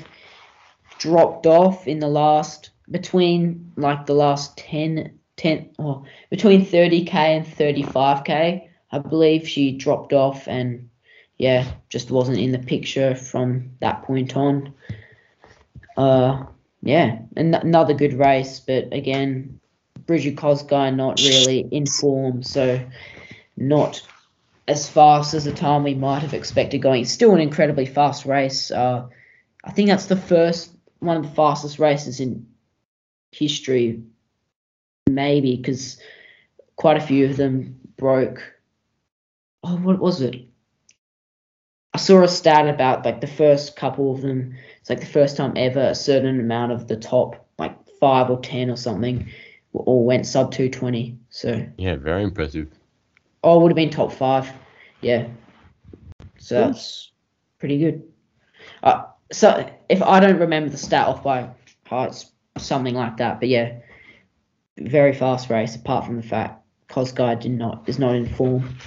S2: dropped off in the last between like the last 10, 10 or between 30k and 35k. I believe she dropped off and yeah, just wasn't in the picture from that point on. Uh, yeah, an- another good race, but again, Bridget Kosgei not really in form, so not as fast as the time we might have expected going. It's still an incredibly fast race. Uh, I think that's the first one of the fastest races in history, maybe because quite a few of them broke. Oh, what was it? I saw a stat about like the first couple of them. It's like the first time ever a certain amount of the top, like five or ten or something, were- all went sub two twenty. So
S3: Yeah, very impressive.
S2: Oh, it would have been top five. Yeah. So that's pretty good. Uh, so if I don't remember the stat off by heart, it's something like that. But yeah, very fast race. Apart from the fact Kosgei did not is not in form.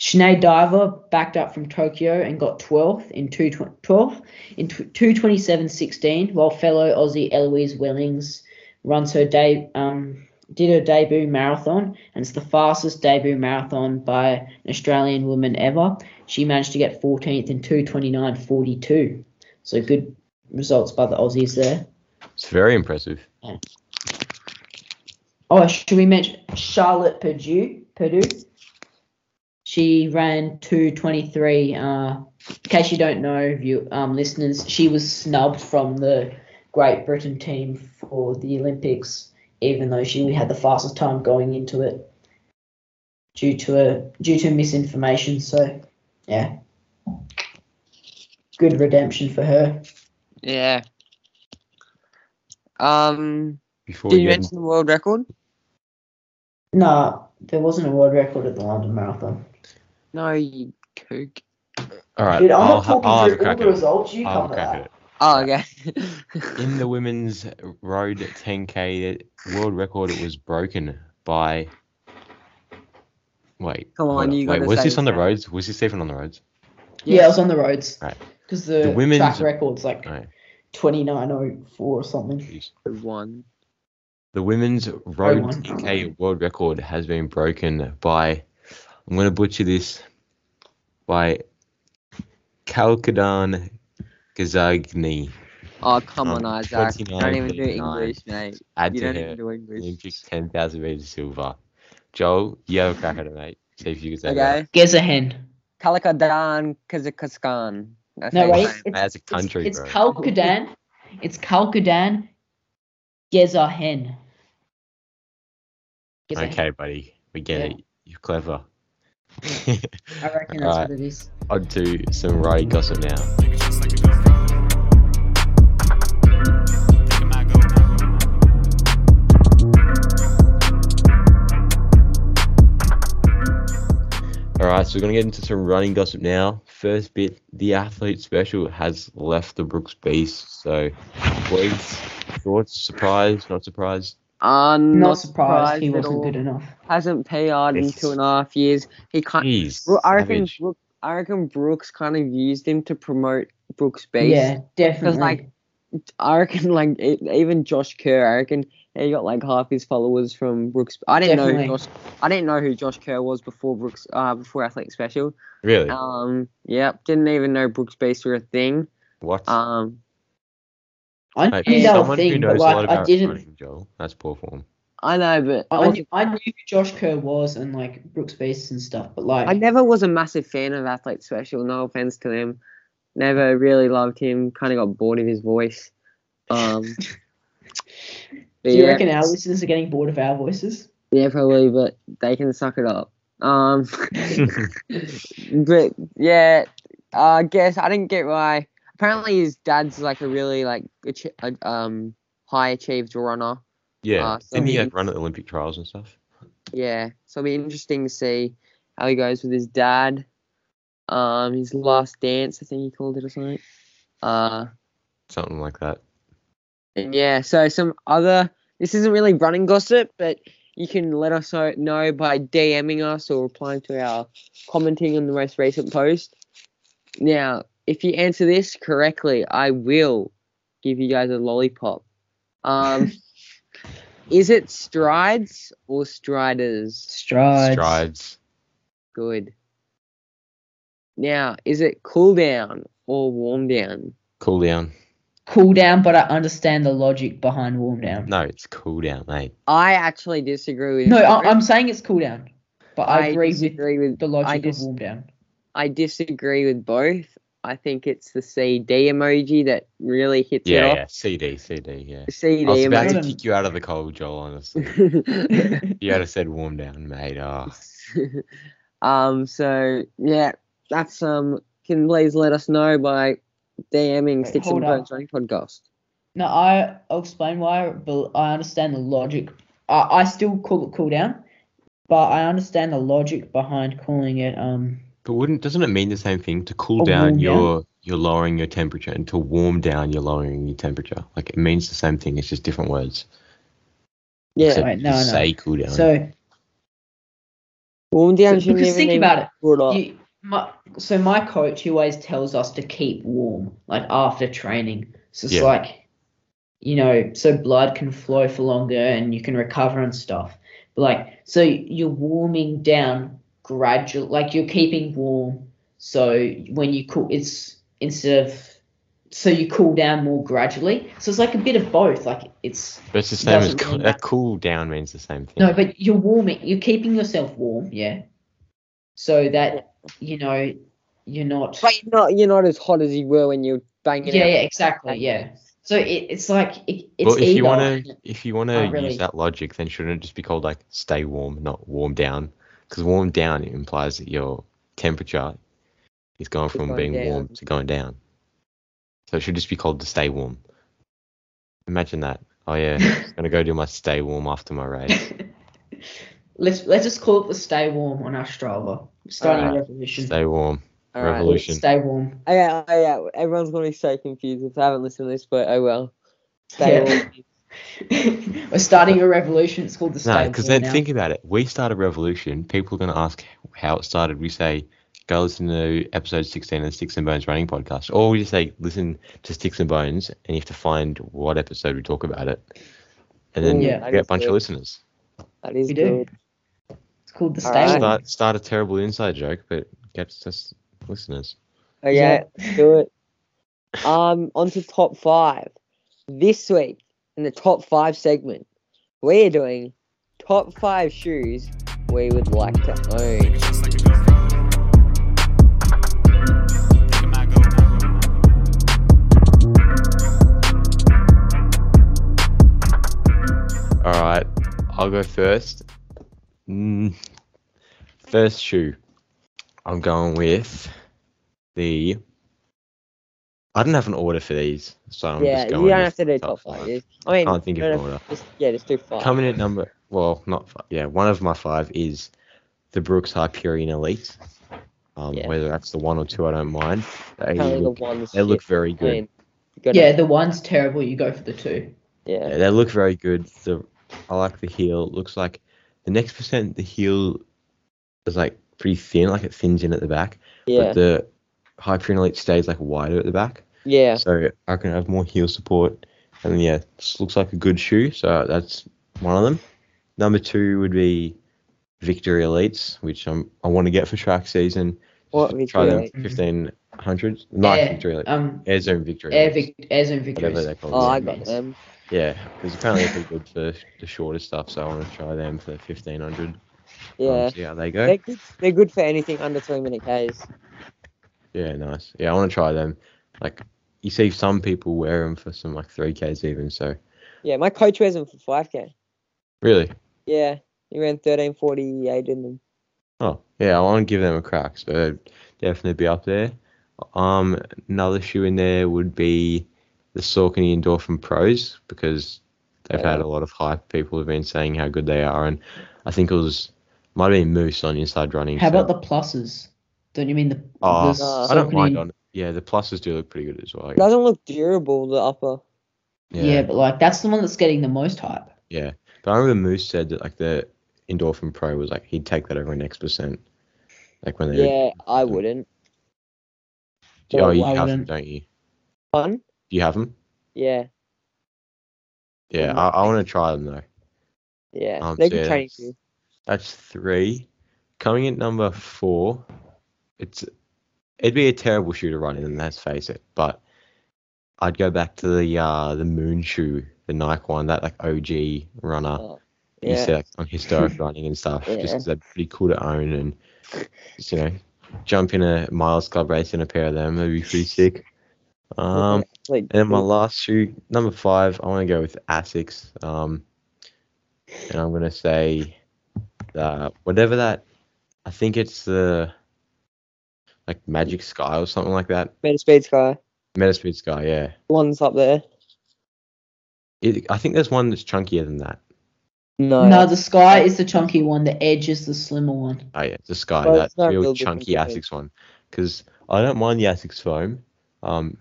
S2: Sinead Diver backed up from Tokyo and got 12th in 2 12th in tw- 227.16, while fellow Aussie Eloise Wellings runs her day um, did her debut marathon, and it's the fastest debut marathon by an Australian woman ever. She managed to get 14th in 229.42. So good results by the Aussies there.
S3: It's very impressive.
S2: Oh, should we mention Charlotte Purdue? Purdue. She ran 223. Uh, in case you don't know, view, um, listeners, she was snubbed from the Great Britain team for the Olympics, even though she had the fastest time going into it due to a, due to misinformation. So, yeah. good redemption for her.
S1: Yeah. Um,
S3: Before
S1: did
S3: we
S1: you
S3: get
S1: mention the world record?
S2: No, there wasn't a world record at the London Marathon.
S1: No, you kook.
S3: all right,
S2: Dude, I'm
S3: I'll,
S2: not
S3: ha-
S2: talking
S3: I'll have a
S2: through all
S3: crack
S2: the
S3: at it.
S2: results. You
S3: I'll
S2: come to
S3: crack at
S2: that.
S3: it.
S1: Oh, okay.
S3: In the women's road 10k world record, it was broken by. Wait.
S1: Come
S3: hold
S1: on,
S3: up.
S1: you
S3: Wait,
S1: gotta
S3: was
S1: say
S3: this on the
S1: that.
S3: roads? Was this even on the roads?
S2: Yeah, it was on the roads.
S3: Right.
S2: Because the,
S3: The women's-
S2: track record's like
S3: All right.
S2: 29.04 or something.
S3: Jeez.
S1: One.
S3: The women's road
S2: one.
S3: 10k world record has been broken by. I'm gonna butcher this. By. Kalkadan Kazagni.
S1: Oh, come
S3: Um,
S1: on, Isaac. You don't even do
S3: 29.39.
S1: English, mate.
S3: Add
S1: You
S3: to
S1: don't
S3: her
S1: even do English.
S3: Olympic 10,000 meters silver. Joel, you have a crack at it, mate. See if you can say that.
S1: Okay.
S2: Guess a hen.
S1: Kalakadan Kazakhstan. That's
S2: No,
S1: how you
S2: wait.
S1: say it.
S2: It's,
S3: As a country,
S2: it's,
S3: bro.
S2: it's Kalkadan. It's Kalkadan. Gezahhen. Gezahhen.
S3: Okay, buddy. We get
S2: Yeah.
S3: it. You're clever.
S2: I reckon that's what
S3: Alright,
S2: it is.
S3: on to some righty gossip now. All right, so we're going to get into some running gossip now. First bit, the athlete special has left the Brooks Beast. So, boys, thoughts, surprised, not surprised?
S1: I'm
S2: Not surprised he
S1: at
S2: wasn't
S1: all.
S2: good enough.
S1: Hasn't PR'd in
S3: Yes.
S1: two and a half years. He
S2: Uh,
S1: can't.
S3: Jeez,
S1: Bro- I reckon.
S3: savage.
S1: Brook, I reckon Brooks kind of used him to promote Brooks' base.
S2: Yeah, definitely.
S1: like, I reckon like e- even Josh Kerr, I reckon he got like half his followers from Brooks. I didn't know who
S2: Definitely.
S1: Josh. I didn't know who Josh Kerr was before Brooks. Uh, before Athletic Special.
S3: Really?
S2: Uh,
S1: Um, yep, didn't even know Brooks Base were a thing.
S3: what?
S2: uh,
S1: Um,
S2: I
S3: Mate,
S2: knew
S1: he's
S2: that was a
S3: someone who
S2: thing, but
S3: knows a lot
S2: like,
S3: about
S2: I didn't.
S3: running, Joel. That's poor form.
S1: I know, but I,
S2: I
S1: was,
S2: knew, I knew who Josh Kerr was and like Brooks Beast and stuff, but like
S1: I never was a massive fan of Athletic Special. No offense to him, never really loved him. Kind of got bored of his voice. Um, but
S2: Do you
S1: yeah.
S2: reckon our listeners are getting bored of our voices?
S1: Yeah, probably, but they can suck it up. Um, but yeah, I guess I didn't get why. Apparently, his dad's like a really like achi- uh, um high achieved runner.
S3: yeah.
S2: Uh,
S1: Ah, so
S3: Didn't he
S1: he-
S3: like, run at the Olympic trials and stuff?
S1: Yeah, so it'll be interesting to see how he goes with his dad. Um, his last dance, I think he called it or something. Uh,
S3: Something like that.
S1: And yeah, so some other. This isn't really running gossip, but you can let us know- know by DMing us or replying to our commenting on the most recent post. Now, if you answer this correctly, I will give you guys a lollipop. Um, is it strides or striders?
S2: Strides.
S3: Strides.
S1: Good. Now, is it cool down or warm down?
S3: Cool down.
S2: Cool down, but I understand the logic behind warm down.
S3: No, it's cool down, mate.
S1: I actually disagree with.
S2: No, I, I'm saying it's cool down, but I, agree with
S1: disagree with
S2: the logic
S1: dis-
S2: of warm down.
S1: I disagree with both. I think it's the CD emoji that really hits
S3: Yeah,
S1: it
S3: yeah. CD, CD, yeah.
S1: off. CD
S3: I was about to
S2: Jordan.
S3: kick you out of the cold, Joel, honestly.
S1: emoji.
S3: you had said warm down, mate. Ah,
S1: um. So yeah, that's um. Can please let us know by DMing
S2: Wait,
S1: Sticks
S2: hold
S1: and
S2: up.
S1: Bones Running Podcast.
S2: No, I, I'll explain why, but I understand the logic. I, I still call it cool down, but I understand the logic behind calling it um.
S3: But wouldn't doesn't it mean the same thing? To cool
S2: Oh,
S3: down
S2: warm down?
S3: you're you're lowering your temperature and to warm down you're lowering your temperature. Like it means the same thing, it's just different words.
S1: Yeah,
S3: Except
S2: Wait,
S3: you
S2: no, no.
S3: say cool down.
S2: So
S1: warm down
S2: because
S1: shouldn't even
S2: think
S1: even
S2: about it.
S1: brought up.
S2: You, my, so my coach, he always tells us to keep warm, like after training. So it's
S3: Yeah.
S2: like, you know, so blood can flow for longer and you can recover and stuff. But like, so you're warming down gradual, like you're keeping warm. So when you cool, it's instead of, so you cool down more gradually. So it's like a bit of both. Like it's
S3: but it's the same as
S2: doesn't
S3: cool,
S2: really
S3: that
S2: matter.
S3: cool down means the same thing.
S2: no, but you're warming. You're keeping yourself warm, yeah. So that you know you're not.
S1: But you're not you're not as hot as you were when you're banging.
S2: yeah,
S1: out.
S2: yeah, exactly, yeah. So it, it's like it, it's
S3: well, if
S2: either.
S3: you want to, if you want to
S2: Oh,
S3: use
S2: really?
S3: that logic, then shouldn't it just be called like stay warm, not warm down? Because warm down implies that your temperature is going from
S1: going
S3: being warm
S1: down.
S3: to going down. So it should just be called the Stay Warm. Imagine that. Oh yeah, I'm gonna go do my Stay Warm after my race.
S2: let's let's just call it the stay warm on our Strava. Starting
S3: Alright.
S2: revolution.
S3: Stay warm.
S1: All right.
S3: Revolution.
S2: Stay warm.
S1: Oh, yeah, oh, yeah. Everyone's gonna be so confused if they haven't listened to this, but oh well. Stay
S2: Yeah.
S1: warm.
S2: We're starting a revolution. It's called the stay
S3: No,
S2: warm.
S3: because then
S2: now.
S3: think about it. We start a revolution. People are going to ask how it started. We say, go listen to episode 16 of the Sticks and Bones Running Podcast. Or we just say, listen to Sticks and Bones, and you have to find what episode we talk about it. And then
S2: Ooh,
S3: you
S2: yeah.
S3: get a bunch of listeners.
S1: That is
S2: We do.
S1: good.
S2: It's called the stay
S1: Alright.
S2: warm.
S3: Start, start a terrible inside joke, but gets us listeners.
S1: Oh yeah, do it. Um, on to top five. This week in the top five segment, we are doing top five shoes we would like to own.
S4: Just like a GoPro. Think of my GoPro.
S3: All right, I'll go first. Mm, first shoe, I'm going with the. I don't have an order for these, so I'm
S1: yeah,
S3: just
S1: you
S3: going.
S1: don't
S3: with
S1: have to do top
S3: top
S1: five.
S3: five.
S1: Just- I mean,
S3: Can't think
S1: you
S3: of an
S1: don't
S3: order.
S1: have- just, yeah, just do five.
S3: Coming at number, well, not five, yeah, one of my five is the Brooks Hyperion Elite. Um,
S1: Yeah.
S3: Whether that's the one or two, I don't mind. They
S1: Apparently the
S3: look,
S1: ones
S3: they look very
S1: I
S3: good.
S1: mean, you gotta-
S2: Yeah, the one's terrible. You go for the two.
S1: yeah.
S3: Yeah, they look very good. The I like the heel. It looks like the next percent the heel is like pretty thin, like it thins in at the back.
S1: Yeah,
S3: But the Hyperion Elite stays like wider at the back.
S1: yeah,
S3: So I can have more heel support. And yeah, this looks like a good shoe. So that's one of them. Number two would be Victory Elites, which I'm I want to get for track season.
S1: What
S3: Just try them
S1: Victory
S2: Elite?
S3: fifteen hundred. Not
S2: Air-
S3: Victory Elite.
S2: Um,
S3: Air Zone Victory
S2: air,
S3: Elites,
S2: vic- air zone victories.
S3: Whatever they're called.
S1: Oh, I
S3: yeah.
S1: got them.
S3: Yeah, because apparently they're good for the shorter stuff, so I want to try them for fifteen hundred.
S1: Yeah,
S3: um, see how they
S1: they're
S3: go.
S1: good. They're good for anything under three minute Ks.
S3: Yeah, nice. Yeah, I want to try them. Like you see, some people wear them for some like three k's even. So
S1: Yeah, my coach wears them for five K.
S3: really,
S1: Yeah, he ran thirteen forty eight in them.
S3: oh yeah, I want to give them a crack. So they'd definitely be up there. Um, another shoe in there would be the Saucony Endorphin Pros because they've
S1: Yeah.
S3: had a lot of hype. People have been saying how good they are, and I think it was might have been Moose on Inside Running.
S2: How
S3: said-
S2: about the pluses? Don't you mean the?
S3: Oh,
S2: the
S1: Uh,
S3: I don't
S2: Saucony-
S3: mind on. Yeah, the pluses do look pretty good as well. I guess.
S1: Doesn't look durable the upper.
S2: Yeah. but like that's the one that's getting the most hype.
S3: yeah. But I remember Moose said that like the Endorphin Pro was like he'd take that over an X percent, like when they
S1: Yeah, I wouldn't.
S3: do, oh
S2: Well,
S3: you
S2: I
S3: have them,
S2: wouldn't.
S3: don't you?
S1: One?
S3: Do you have them?
S1: Yeah,
S2: Mm.
S3: Yeah,
S1: Wouldn't
S3: I, I want to try them though.
S1: yeah.
S3: Um,
S1: they're
S3: so
S1: good
S3: yeah,
S1: training
S3: that's-
S1: shoes.
S3: That's three. Coming at number four, it's it'd be a terrible shoe to run in. Let's face it, but I'd go back to the uh the Moon shoe, the Nike one, that like OG runner.
S1: Oh,
S3: you
S1: yeah.
S3: see like on historic running and stuff just
S1: Yeah.
S3: because they're pretty cool to own and just, you know jump in a miles club race in a pair of them that'd be pretty sick um
S1: Like,
S3: and then my last shoe number five i want to go with asics um and i'm going to say that whatever that i think it's the like magic sky or something like that
S1: Meta Speed Sky.
S3: metaspeed sky yeah
S1: One's up there.
S3: it, i think there's one that's chunkier than that
S1: No.
S2: no, the sky is the chunky one. The edge is the slimmer one.
S3: Oh yeah, the sky,
S1: Well,
S3: that
S1: it's not
S3: real,
S1: real different
S3: chunky
S1: difference.
S3: Asics one. Because I don't mind the Asics foam. Um,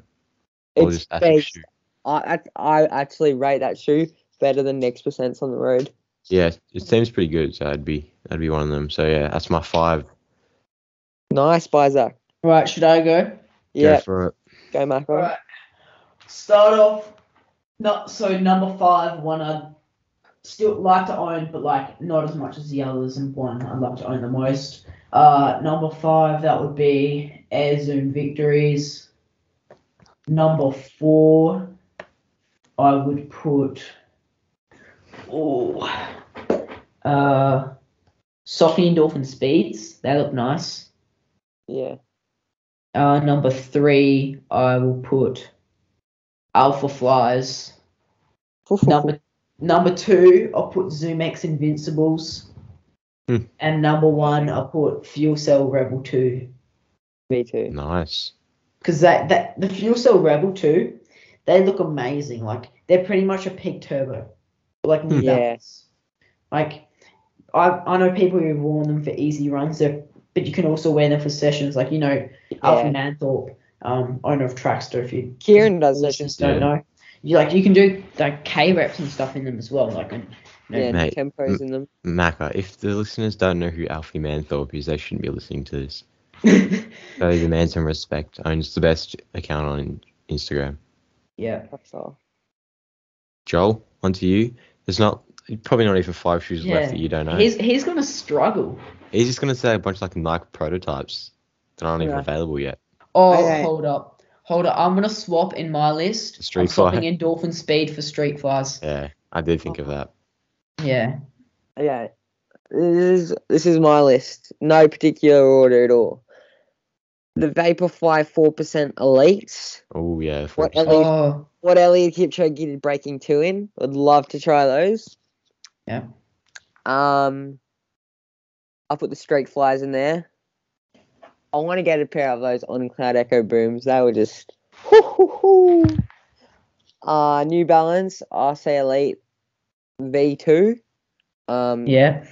S3: or
S1: it's
S3: just Asics
S1: based-
S3: shoe.
S1: I, I I actually rate that shoe better than next percents on the road.
S3: Yeah, it seems pretty good. So I'd be, I'd be one of them. So yeah, that's my five.
S1: Nice, Isaac.
S2: Right, should I go?
S1: Yeah,
S3: Go for it.
S1: go Macro.
S2: Alright. Start off. Not so number five. One I'd still like to own, but like not as much as the others. And one I'd like to own the most. Uh, number five that would be Air Zoom Victories. Number four, I would put. Oh. Uh, Socky Dolphin Speeds. They look nice.
S1: Yeah.
S2: Uh, number three, I will put Alpha Flies. Number number two, I'll put Zoom X Invincibles.
S3: Hmm.
S2: And number one, I'll put Fuel Cell Rebel 2.
S1: Me too.
S3: Nice.
S2: because that that the fuel cell Rebel too, they look amazing. Like they're pretty much a peak turbo, like
S3: Hmm.
S2: yes. Like I I know people who've worn them for easy runs, they're- but you can also wear them for sessions. Like you know, Alfie Manthorpe, um, owner of Trackster, if you
S1: Kieran does this.
S2: listeners don't
S3: Yeah.
S2: know, you like you can do like K reps and stuff in them as well. Like and, no,
S1: Yeah,
S3: Mate,
S1: tempos in them.
S3: Macca, if the listeners don't know who Alfie Manthorpe is, they shouldn't be listening to this. Show the man some respect. Owns the best account on Instagram.
S2: yeah.
S1: That's all.
S3: Joel, onto you. There's not probably not even five shoes
S2: Yeah.
S3: left that you don't know.
S2: He's he's gonna struggle.
S3: He's just gonna say a bunch of like Nike prototypes that aren't even
S1: Yeah.
S3: available yet.
S2: Oh,
S1: Okay.
S2: hold up, hold up. I'm gonna swap in my list.
S3: Street
S2: I'm swapping
S3: Fighter.
S2: in Dolphin Speed for Street Flies.
S3: Yeah, I did think of that.
S2: Yeah.
S1: Okay. This is this is my list. No particular order at all. The Vaporfly four percent elites.
S3: Oh yeah, the
S1: What
S3: 40%.
S1: else?
S2: Oh,
S1: What Elliot Kipchoge did breaking two in. Would love to try those.
S2: Yeah.
S1: Um. I put the streak flies in there. I want to get a pair of those on Cloud Echo booms. They were just. Uh, New Balance RC Elite V2. Um,
S2: yeah.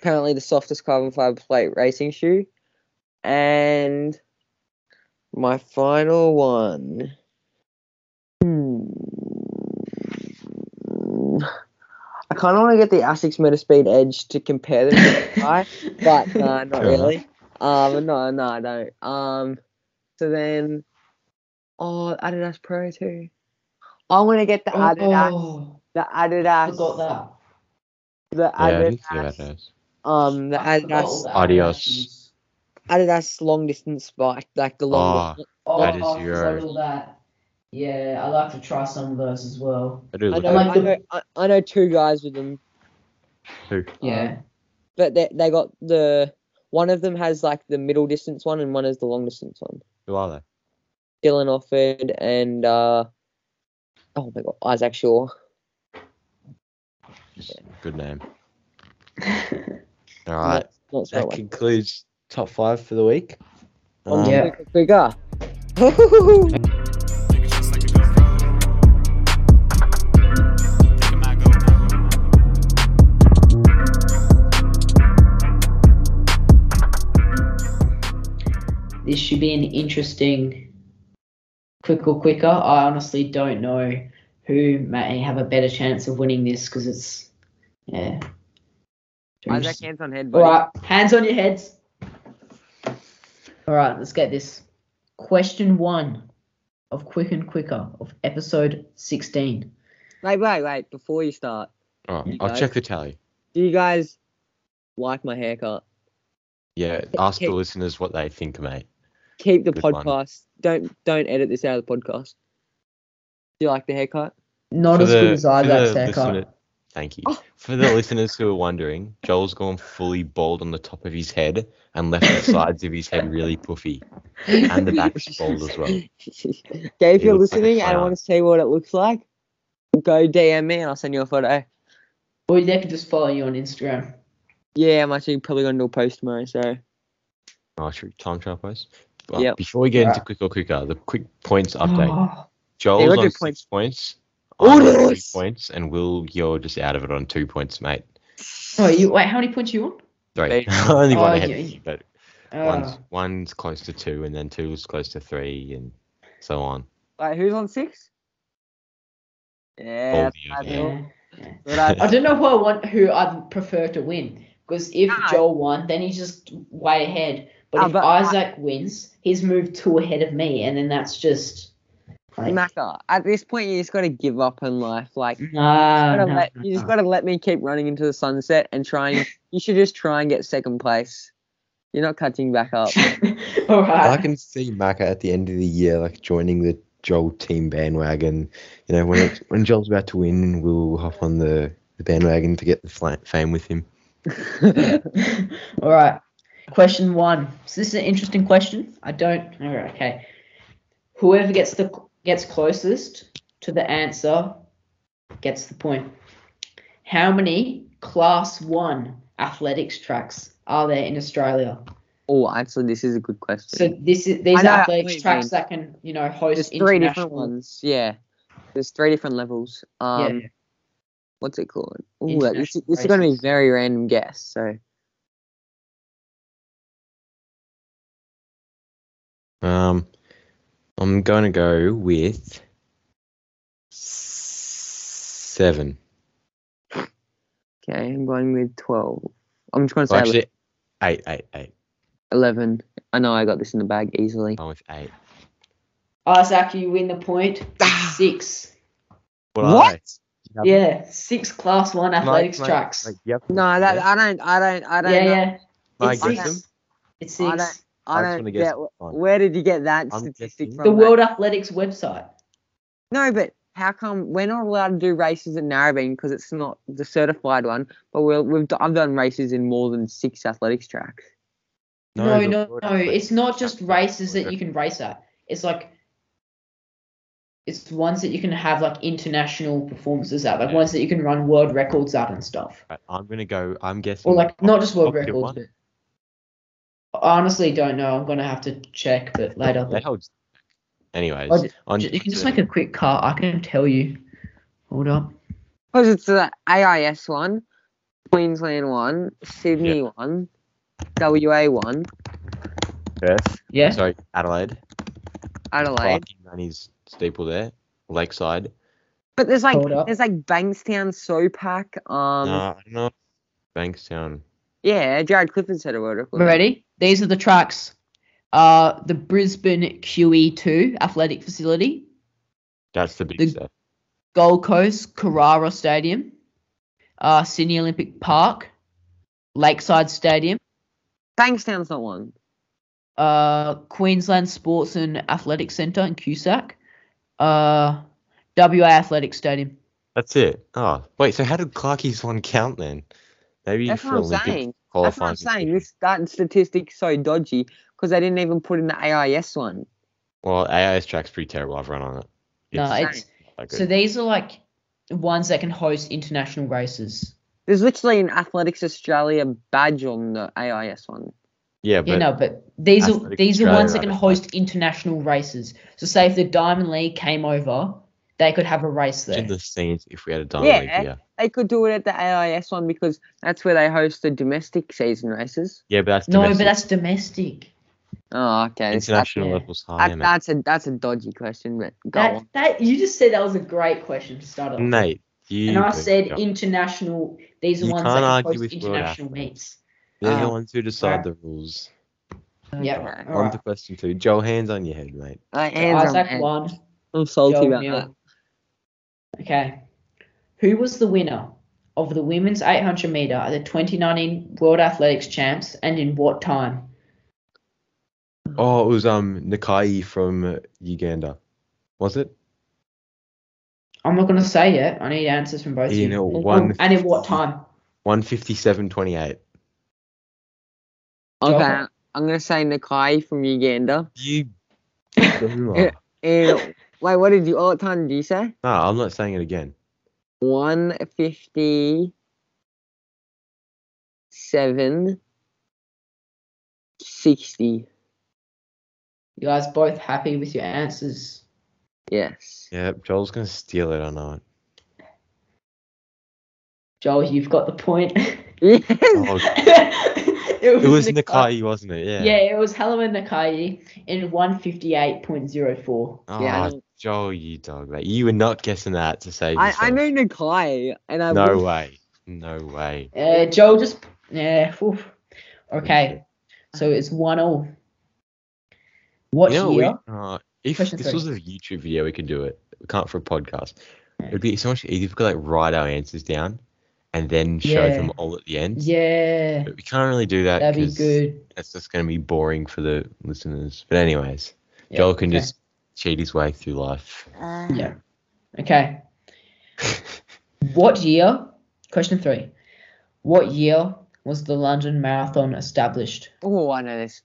S1: apparently the softest carbon fiber plate racing shoe. And my final one. Hmm. I kind of want to get the Asics Metaspeed Edge to compare them to the Kai, but uh, nah, not
S3: Fair enough.
S1: really. Um, no, no, I don't. Um, so then, oh, Adidas Pro too. I want to get the Adidas,
S2: Oh,
S1: the Adidas,
S2: forgot that.
S1: the
S3: Yeah, I didn't think
S1: Adidas,
S3: about those.
S1: um, the
S2: I forgot
S1: Adidas
S2: all the
S3: Adios.
S2: Adios.
S1: Adidas long distance bike, like the long.
S3: Oh,
S2: Oh,
S3: That is
S2: I forgot
S3: yours.
S2: all that. Yeah, I like to try some of those as well.
S3: I do
S1: I
S3: look
S1: know,
S3: at
S1: I know, I, I know two guys with them,
S3: two.
S2: Yeah.
S1: but they they got the one of them has like the middle distance one and one is the long distance one.
S3: Who are they?
S1: Dylan Offord and uh, oh my god, Isaac Shaw.
S3: Just good name. All
S1: No,
S3: right,
S1: it's not spelled
S3: that
S1: like-
S3: concludes top five for the week.
S1: Oh,
S3: Um,
S2: yeah.
S1: quicker, quicker.
S5: Take it just like it goes. Take 'em, I go.
S2: this should be an interesting quick or quicker. I honestly don't know who may have a better chance of winning this because it's yeah.
S6: Isaac, hands on head,
S2: All
S6: buddy.
S2: right, hands on your heads. All right, let's get this. Question one of Quick and Quicker of episode 16.
S1: wait, wait, wait! Before you start,
S3: All right,
S1: You
S3: I'll
S1: guys-
S3: check the tally.
S1: do you guys like my haircut?
S3: Yeah, ask the
S1: okay.
S3: listeners what they think, mate.
S1: Keep the
S3: Good one.
S1: podcast. Don't don't edit this out of the podcast. Do you like the haircut?
S2: Not
S3: For
S2: as
S3: the-
S2: good as
S3: for
S2: Isaac's
S3: the
S2: haircut.
S3: listener- Thank you. For the listeners who are wondering, Joel's gone fully bald on the top of his head and left the sides of his head really puffy. And the back's bald as well.
S1: Okay, if
S3: It
S1: you're
S3: looks like a
S1: listening and
S3: clown.
S1: want to see what it looks like, go DM me and I'll send you a photo.
S2: Or they could just follow you on Instagram.
S1: Yeah, I'm actually probably going to do a post tomorrow, so
S3: Oh, should we time trial post? But
S1: Yep.
S3: Before we get into
S2: Alright.
S3: quick or quicker, the quick points update.
S1: Yeah,
S3: Joel's
S1: we'll
S3: on
S1: do
S3: six
S1: points.
S3: points. points. I'm on three
S1: Orders!
S3: points, and Will, you're just out of it on two points, mate.
S2: Oh, you wait, how many points you on?
S3: Three.
S6: Mate.
S3: Only one
S2: Oh,
S3: ahead,
S2: yeah,
S3: of you,
S2: yeah.
S3: but
S2: Uh,
S3: one's one's close to two, and then two's close to three, and so on.
S6: Wait, who's on six? Yeah,
S3: All
S6: that's
S3: the
S6: what I
S3: other-
S6: thought.
S2: Oh, yeah.
S6: That's what I
S1: uh,
S2: I don't know who I want, who I'd prefer to win. Because if
S6: Ah.
S2: Joel won, then he's just way ahead. But
S6: Ah,
S2: if
S6: but I-
S2: Isaac wins, he's moved two ahead of me, and then that's just like, nah,
S1: Maka, at this point you just got to give up on life. Like you,
S2: nah,
S1: gotta let, you
S2: nah.
S1: just got to let me keep running into the sunset and trying. you should just try and get second place. You're not cutting back up.
S2: All right.
S3: I can see Maka at the end of the year, like joining the Joel team bandwagon. You know, when it, when Joel's about to win, we'll hop on the, the bandwagon to get the fla- fame with him.
S2: all right. Question one. So this is an interesting question. I don't. All right. Okay. Whoever gets the gets closest to the answer gets the point. How many Class One athletics tracks are there in Australia?
S1: Oh, actually, this is a good question.
S2: So this is these
S1: I know, I
S2: athletics
S1: believe
S2: tracks
S1: you.
S2: that can you know host
S1: There's three
S2: international.
S1: different ones. Yeah. There's three different levels.
S2: Yeah,
S1: Um,
S2: yeah.
S1: what's it called? Ooh, that- this,
S2: International
S1: this is going to be
S2: races.
S1: very random guess. So
S3: Um, I'm going to go with seven.
S1: okay, I'm going with twelve. I'm just going to
S3: Or
S1: say
S3: actually, eight, eight, eight.
S1: eleven. I know I got this in the bag easily.
S3: I'm with eight.
S2: Isaac, you win the point.
S1: Ah.
S2: Six.
S3: are
S1: What?
S3: they?
S2: Yeah, six class one
S3: Mike,
S2: athletics
S3: Mike,
S2: tracks.
S3: Mike, yep.
S1: No, that
S3: Yeah.
S1: I don't. I don't. I don't.
S2: yeah,
S1: know.
S2: yeah.
S3: I
S2: It's
S3: guess
S2: six.
S3: them.
S2: It's
S1: I
S2: six.
S1: I
S3: I just
S1: don't
S3: wanna
S1: get.
S3: guess
S1: wh-
S3: one.
S1: Where did you get that
S3: I'm
S1: statistic
S3: guessing-
S1: from?
S2: The
S1: mate?
S2: World Athletics website.
S1: No, but how come we're not allowed to do races at Narrabeen because it's not the certified one? But we're, we've d- I've done races in more than six athletics tracks.
S2: No,
S3: the
S2: no,
S3: Lord
S2: no.
S3: Athletics
S2: It's not just
S3: Track.
S2: races that you can race at. It's like it's ones that you can have like international performances at, like
S3: Yeah.
S2: ones that you can run world records at and stuff.
S3: Right, I'm gonna go. I'm guessing.
S2: Or like not just world
S3: Top tier
S2: records,
S3: one.
S2: but I honestly don't know. I'm gonna have to check, but later.
S3: That holds. Anyways,
S2: Oh,
S3: on
S2: J- You can just
S3: to-
S2: make a quick cut. I can tell you. Hold up.
S1: Because it's the AIS one, Queensland one, Sydney one, WA one,
S3: Perth.
S2: Yeah.
S3: Sorry, Adelaide.
S1: Adelaide.
S3: Clark and his staple there, Lakeside.
S1: But there's like
S2: Hold up.
S1: there's like Bankstown, Sopak. Um,
S3: no, I don't know. Bankstown.
S1: yeah, Jared Clifford said a word. record.
S2: Ready? These are the tracks. Uh, the Brisbane QE2 athletic facility,
S3: That's the big
S2: The-
S3: stuff.
S2: Gold Coast Carrara Stadium, uh, Sydney Olympic Park, Lakeside Stadium,
S1: Bankstown's not one.
S2: uh, Queensland Sports and Athletic Centre in Cusack, uh, WA Athletic Stadium.
S3: That's it. Oh, wait. So how did Clarkie's one count then? Maybe
S1: That's
S3: for
S1: what I'm
S3: Olympic
S1: saying. That's what
S3: qualifying.
S1: I'm saying. This that statistic's so dodgy because they didn't even put in the AIS one.
S3: Well, AIS track's pretty terrible. I've run on it.
S2: No, it's
S3: not that
S2: so
S3: good.
S2: these are like ones that can host international races.
S1: There's literally an Athletics Australia badge on the AIS one.
S3: yeah, but
S2: you know, but these are
S3: Athletic
S2: these are
S3: Australia
S2: ones that
S3: are
S2: can
S3: the best.
S2: host international races. So say if the Diamond League came over, they could have a race there.
S3: imagine the scenes if we had a diamond
S1: Yeah.
S3: league here.
S1: They could do it at the AIS one because that's where they host the domestic season races.
S3: Yeah, but that's
S2: no,
S3: domestic.
S2: but that's domestic.
S1: Oh, okay. it's that-
S3: international
S2: yeah.
S3: levels higher,
S1: that-
S3: mate.
S1: that's a that's a dodgy question, but go
S2: That
S1: on.
S2: that you just said that was a great question to start off. with.
S3: Mate, you
S2: and I
S3: good
S2: said
S3: job.
S2: international. These are
S3: You
S2: ones
S3: can't
S2: that
S3: argue
S2: can
S3: with
S2: host
S3: world
S2: international
S3: athletes.
S2: meets.
S3: They're the
S1: Ah.
S3: ones who decide
S2: Alright.
S3: the rules.
S2: Yeah.
S1: Okay.
S2: right,
S3: On
S2: all right.
S3: to question two. Joe, hands on your head, mate.
S1: Uh,
S2: So
S1: hands on
S2: Isaac
S1: hands.
S2: won.
S1: I'm salty
S2: Joe
S1: about
S2: nil.
S1: that.
S2: Okay. Who was the winner of the women's 800 meter at the 2019 World Athletics Champs, and in what time?
S3: Oh, it was um Nakai from uh, Uganda, was it?
S2: I'm not gonna say yet. I need answers from both of
S3: You
S2: you.
S3: know,
S2: And-
S3: one-
S2: and in what time?
S3: One fifty-seven twenty-eight.
S2: Joe?
S1: Okay, I'm gonna say Nakai from Uganda.
S3: You.
S1: Yeah.
S3: no,
S1: And wait, what did you? What time did you say?
S3: I'm not saying it again.
S1: One fifty seven sixty.
S2: You guys both happy with your answers?
S1: Yes.
S3: Yeah, Joel's gonna steal it. I know it.
S2: Joel, you've got the point.
S1: Yes.
S3: Oh,
S2: it
S3: it was
S2: Nakai-
S3: Nakai, wasn't it? Yeah.
S2: Yeah, it was Helen Nakai in 158.04.
S3: Oh,
S1: Yeah, I know.
S3: Joel, you dog, mate. You were not guessing that to save
S1: I,
S3: yourself.
S1: I knew Nakai, and I
S3: No
S1: was-
S3: way. No way.
S2: Uh, Joel just yeah. oof. Okay, so it's one oh. all. What
S3: You know,
S2: year?
S3: we, uh, if
S2: Question
S3: this
S2: three.
S3: was a YouTube video, we could do it. We can't for a podcast. It'd be so much easier if we could like write our answers down and then show them
S2: Yeah.
S3: all at the end.
S2: Yeah,
S3: But we can't really do that
S2: that'd be
S3: 'cause
S2: good.
S3: that's just going to be boring for the listeners. But anyways,
S2: Yeah,
S3: Joel can
S2: okay.
S3: just cheat his way through life.
S2: Yeah. Okay. what year? Question three. What year was the London Marathon established?
S1: Oh, I know this.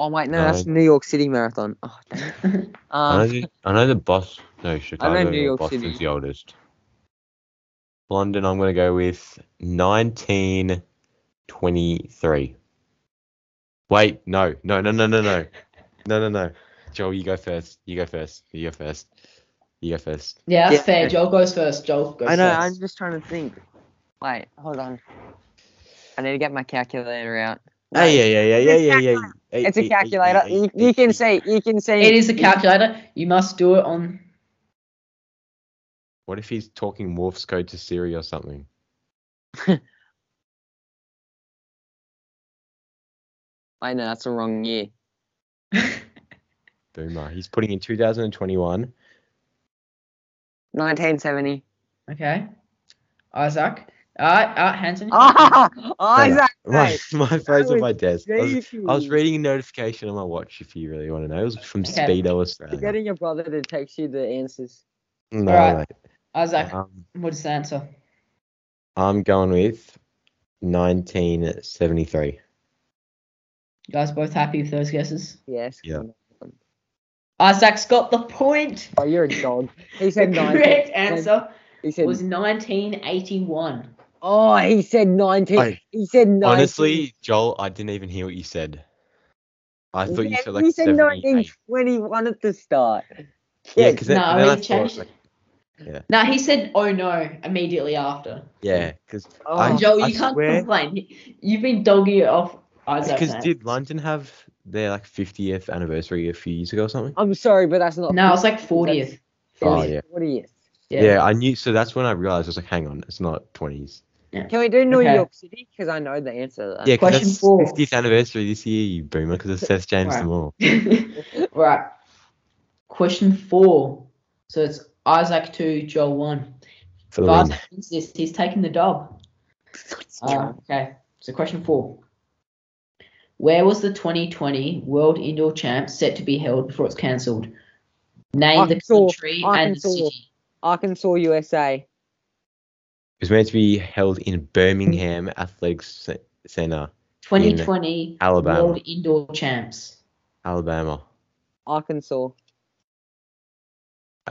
S1: Oh wait, no, that's
S3: No.
S1: New York City Marathon. Oh, dang it.
S3: I, know
S1: Um,
S3: the, I know the boss. No, Chicago.
S1: New
S3: or
S1: York
S3: Boston's
S1: City.
S3: the oldest. London, I'm going to go with 19 23. Wait, no, no, no, no, no, no, no, no, no. Joel, you go first. You go first. You go first. You go first.
S2: Yeah, that's
S7: Yeah.
S2: fair. Joel goes first. Joel goes
S7: I know.
S2: first.
S7: I'm just trying to think.
S1: Wait, hold on. I need to get my calculator out.
S3: Hey, Ah, yeah, yeah, yeah, yeah, yeah, yeah. Hey,
S1: It's
S3: hey,
S1: a
S3: hey,
S1: calculator.
S3: hey,
S1: You,
S3: hey,
S1: you can
S3: hey.
S1: see. You can see.
S2: It is a calculator. You must do it on.
S3: What if he's talking Morse code to Siri or something?
S1: I know that's the wrong year.
S3: Boomer. He's putting in 2021.
S1: 1970.
S2: Okay. Isaac. Alright, alright, Hanson.
S7: Oh.
S1: Ah, Isaac.
S3: My,
S1: mate.
S3: my phone's on
S7: was
S3: my desk. I was,
S7: Jeez.
S3: I
S2: Hmm.
S3: was reading a notification on my watch if you really want to know. It was from
S2: Okay.
S3: Speedo
S7: You're
S3: Australia.
S7: getting your brother to text you the answers.
S3: No,
S2: Alright.
S3: mate.
S2: Isaac,
S3: Um,
S2: what is the answer?
S3: I'm going with 1973.
S2: You guys both happy with those guesses?
S7: Yes.
S3: Yeah.
S2: Isaac's got the point.
S7: Oh, you're a dog. He
S2: The
S7: said nine.
S2: correct answer
S7: He said.
S2: was 1981.
S7: Oh, he said nineteen.
S3: I-
S7: he said nineteen.
S3: Honestly, Joel, I didn't even hear what you said. I thought you
S7: Yeah,
S3: said like
S7: he said
S3: 78.
S7: 1921 at the start.
S3: Yeah,
S7: Yeah,
S3: because then,
S2: No,
S3: then
S2: he
S3: I thought,
S2: changed-
S3: like,
S2: No, he said, "Oh no!" immediately after.
S3: yeah, because
S7: Oh.
S2: Joel,
S3: I
S2: you can't
S3: swear-
S2: complain. You've been dogging it off Isaac.
S3: because
S2: mate.
S3: did London have their like 50th anniversary a few years ago or something?
S7: I'm sorry, but that's not.
S2: no, it's like 40th.
S3: Oh,
S7: It is
S3: yeah.
S7: 40th.
S3: Yeah. I knew. So that's when I realized I was like, hang on, it's not 20s.
S7: Can we do New
S2: Okay.
S7: York City? Because I know the answer. To that.
S3: Yeah,
S2: Question
S3: because
S2: four.
S3: 50th anniversary this year, you boomer, because it's Seth James
S2: Right.
S3: the Moore.
S2: right. Question four. So it's Isaac two, Joel one.
S3: For the
S2: If
S3: win.
S2: Isaac wins this, he's taking the dub. Uh, okay. So question four. Where was the 2020 World Indoor Champs set to be held before it's cancelled? Name
S7: Arkansas.
S2: the country and the
S7: Arkansas.
S2: city.
S7: Arkansas, USA.
S3: It was meant to be held in Birmingham Athletics C- Center,
S2: 2020
S3: Alabama.
S2: World Indoor Champs.
S3: Alabama.
S7: Arkansas.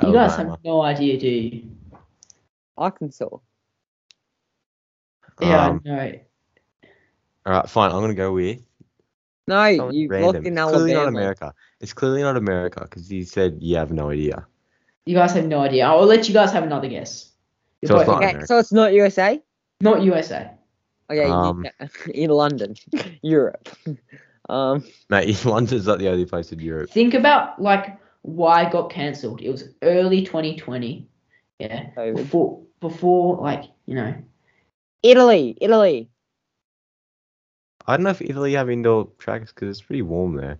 S2: You guys have
S3: Alabama.
S2: no idea, do you?
S7: Arkansas.
S2: Yeah,
S3: Um,
S2: I know.
S3: all right, fine. I'm gonna go with
S7: No,
S3: something
S7: you
S3: random.
S7: locked in
S3: It's clearly not
S7: Alabama.
S3: America. It's clearly not America because you said you have no idea.
S2: You guys have no idea. I'll let you guys have another guess. You're
S3: So it's
S2: both-
S3: not-
S7: Okay,
S3: America.
S7: so it's not USA.
S2: not USA.
S7: Okay, you-
S3: Um,
S7: in London, Europe. Um,
S3: Mate, London's not the only place in Europe.
S2: Think about like why it got cancelled. It was early 2020. Yeah.
S7: COVID.
S2: Before before like, you know.
S7: Italy, Italy.
S3: I don't know if Italy have indoor tracks because it's pretty warm there.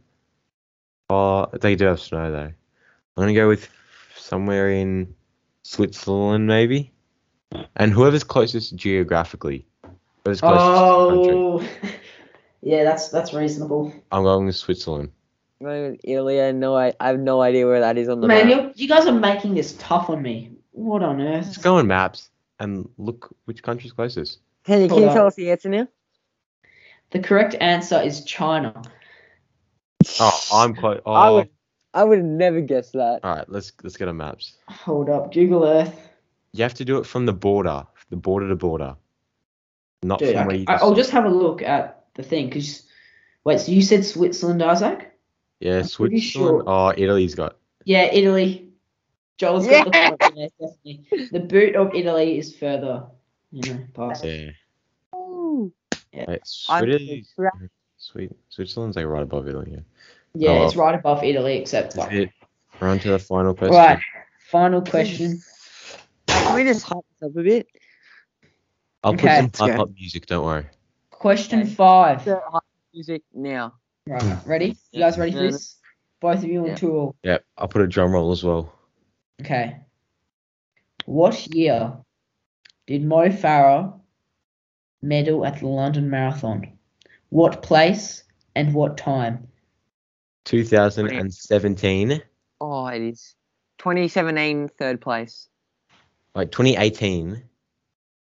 S3: Oh, they do have snow though. I'm gonna go with somewhere in Switzerland maybe, and whoever's closest geographically, whoever's closest to the country.
S2: Oh. yeah, that's that's reasonable.
S3: I'm going with Switzerland.
S7: No, Italy. I know. I, I have no idea where that is on the
S2: Man,
S7: map.
S2: you you guys are making this tough on me. What on
S3: Just
S2: earth?
S3: go on maps and look which country's closest.
S7: Can you, can
S2: Hold
S7: you
S2: on.
S7: tell us the answer now?
S2: The correct answer is China.
S3: Oh, I'm close. Oh,
S7: I would. I would have never guessed that.
S3: all right. Let's let's get on maps.
S2: Hold up, Google Earth.
S3: You have to do it from the border, the border to border, not
S2: Dude,
S3: from
S2: I,
S3: where you.
S2: I- oh, I'll just have a look at the thing because wait, so you said Switzerland, Isaac?
S3: yeah,
S2: pretty
S3: Switzerland.
S2: sure-
S3: Oh, Italy's got.
S2: Yeah, Italy. Joel's got the point there, definitely. The boot of Italy is further, you know, past.
S3: Yeah.
S2: Yeah.
S3: Wait,
S7: I'm
S3: Sweden,
S7: correct.
S3: Sweet. Switzerland's like right above Italy. Yeah.
S2: Yeah,
S3: Oh,
S2: it's right above Italy, except
S3: That's
S2: like.
S3: it. We're on to the final question.
S2: Right. Final question.
S7: Can we just hype this up a bit?
S3: I'll
S2: Okay.
S3: put some pop up music. Don't worry.
S2: Question
S7: Okay.
S2: five.
S7: So, hype music now.
S2: Right,
S3: Hmm.
S2: ready? You guys ready for
S1: Yeah.
S2: this? Both of you on
S1: Yeah.
S2: two all.
S3: Yeah, I'll put a drum roll as well.
S2: Okay. What year did Mo Farah medal at the London Marathon? What place and what time?
S3: 2017,
S1: Oh, it is. 2017, third place.
S3: like 2018,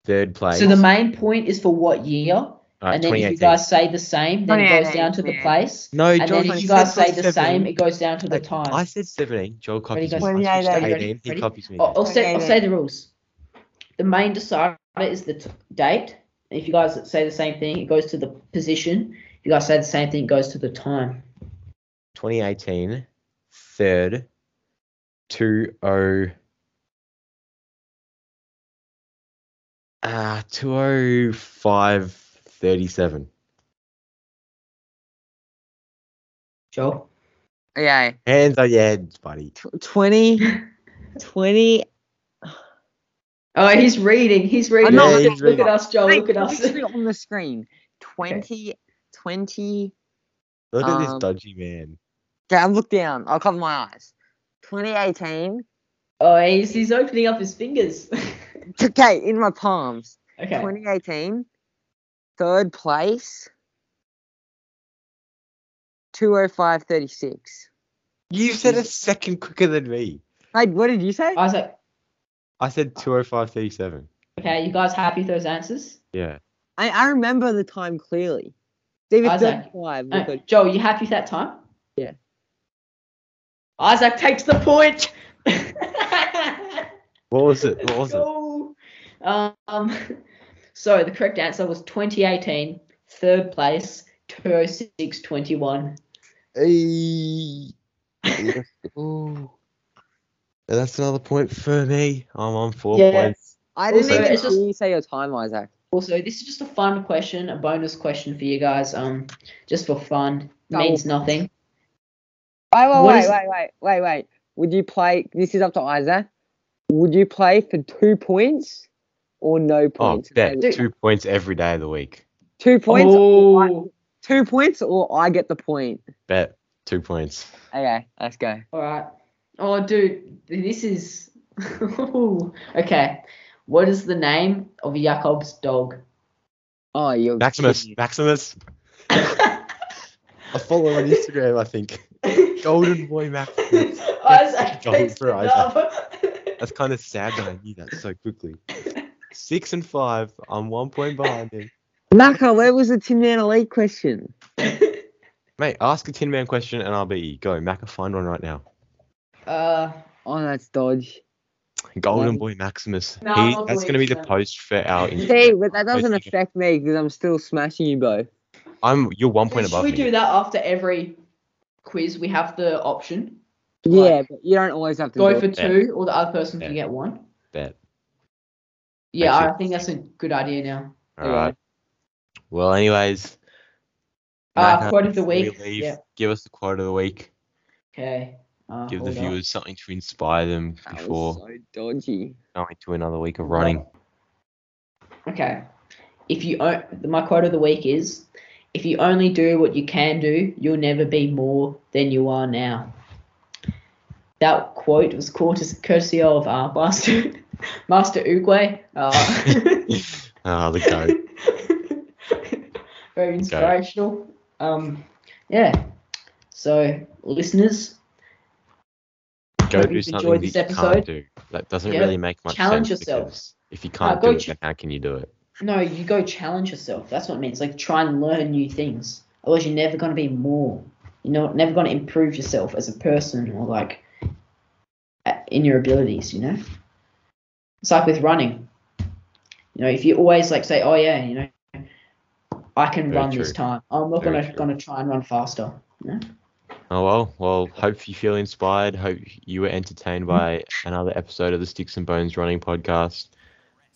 S3: third place. Uh,
S2: So the main point is for what year,
S3: Alright,
S2: and then if you
S3: 2018.
S2: guys say the same, then it goes
S1: 2018,
S2: down to the
S1: yeah.
S2: place.
S3: no,
S2: And then
S3: Joel
S2: if you
S3: said
S2: guys say the
S3: 17.
S2: same, it goes down to the
S3: Like,
S2: time.
S3: I said 17. Joel copies me.
S2: guys-
S3: I switched to
S2: Ready,
S3: 18.
S2: ready,
S3: He
S2: ready? Oh,
S3: copies me.
S2: I'll, I'll say, I'll
S7: 2018.
S2: say the rules. The main decider is the t- date, If you guys say the same thing, it goes to the position. If you guys say the same thing, it goes to the time.
S3: 2018, third, oh, 20. Ah, 205 37.
S2: Joel?
S8: Okay.
S3: Hands on your heads, buddy.
S1: Tw- 20, 20.
S2: Oh, he's reading. He's reading.
S1: not-
S2: look, at- look at us, Joel. Look at us.
S1: Actually on the screen. 20, 20.
S3: Look at this
S1: Um,
S3: dodgy man.
S1: Okay, I'll look down. I'll cover my eyes. 2018.
S2: Oh, he's, he's opening up his fingers.
S1: Okay, in my palms.
S2: okay.
S1: 2018. Third place. 205.36.
S3: You said a second quicker than me.
S1: Hey, what did you say?
S2: Isaac,
S3: I said 205 37.
S2: okay, you guys happy with those answers?
S3: Yeah.
S1: I, I remember the time clearly. David
S2: Isaac.
S1: 35.
S2: Uh,
S1: because-
S2: Joel, you happy with that time?
S1: Yeah.
S2: Isaac takes the point.
S3: What was it? What was it?
S2: Go. Um, so the correct answer was 2018, third place, 206.21.
S3: Hey. And that's another point for me. I'm on four
S2: Yeah.
S3: points.
S1: I didn't
S2: Also,
S1: even
S2: it's just-
S1: hear you say your time, Isaac.
S2: Also, this is just a fun question, a bonus question for you guys, um, just for fun. Means nothing.
S1: Wait, wait,
S2: What
S1: wait,
S2: is-
S1: wait, wait, wait, wait. Would you play? This is up to Isaac. Would you play for two points or no
S3: Oh,
S1: points?
S3: bet
S1: Two-
S3: two points every day of the week.
S1: Two points. or I-
S2: Oh,
S1: Two points, or I get the point.
S3: Bet two points.
S1: Okay, let's go.
S2: all right. Oh, dude, this is. okay. What is the name of Jakob's dog?
S1: Oh, you're
S3: Maximus,
S1: kidding.
S3: Maximus. I follow him on Instagram, I think. Golden boy Maximus.
S2: Isaac
S3: Go
S2: takes
S3: for
S2: the
S3: Isaac.
S2: dub.
S3: That's kind of sad that I knew that so quickly. Six and five. I'm one point behind him.
S1: Maka, where was the Tin Man Elite question?
S3: Mate, ask a Tin Man question and I'll beat you. Go, Mac, find one right now.
S2: Uh,
S1: Oh, that's dodge.
S3: Golden
S1: Um,
S3: boy Maximus.
S2: no,
S3: he,
S2: I'll
S3: that's going to be the
S2: believe that.
S3: post for our
S2: See,
S1: See,
S3: Instagram.
S1: but that doesn't affect me because I'm still smashing you both.
S3: I'm you're one
S2: dude,
S3: point
S2: should
S3: above
S2: we
S3: me.
S2: do that after every quiz? We have the option
S1: Yeah, but you don't always have to
S2: go
S1: do
S2: for
S1: it.
S3: Yeah.
S2: two, or the other person can
S3: Yeah.
S2: get one.
S3: Bet.
S2: Yeah,
S3: Actually-
S2: I think that's a good idea now.
S3: All right. Well, anyways.
S2: Uh,
S3: Mac,
S2: quote of the
S3: before we
S2: week, yeah.
S3: Give us the quote of the week.
S2: Okay. Uh,
S3: Give
S2: hold
S3: the
S2: on.
S3: viewers something to inspire them
S1: That
S3: before
S1: was so dodgy.
S3: going to another week of
S2: Well,
S3: running.
S2: Okay. If you o- my quote of the week is, if you only do what you can do, you'll never be more than you are now. That quote was courtes- courtesy of uh, Master Master Oogway. Uh,
S3: Ah, the goat.
S2: Very inspirational. Um, yeah. So, listeners,
S3: Go
S2: Hope
S3: do
S2: you've
S3: something
S2: enjoyed
S3: that you
S2: this
S3: can't
S2: episode.
S3: do. That doesn't
S2: Yeah.
S3: really make much
S2: challenge
S3: sense. because
S2: yourselves.
S3: If you can't
S2: go
S3: do it,
S2: ch-
S3: then how can you do it?
S2: No, you go challenge yourself. That's what it means. Like, try and learn new things. Otherwise, you're never going to be more. You're not, never going to improve yourself as a person or, like, a- in your abilities, you know? It's like with running. You know, if you always, like, say, oh, yeah, you know, I can
S3: Very
S2: run this
S3: true.
S2: time. I'm not
S3: Very
S2: going to
S3: true.
S2: going to try and run faster. You know?
S3: Oh well, well. Hope you feel inspired. Hope you were entertained by another episode of the Sticks and Bones Running Podcast.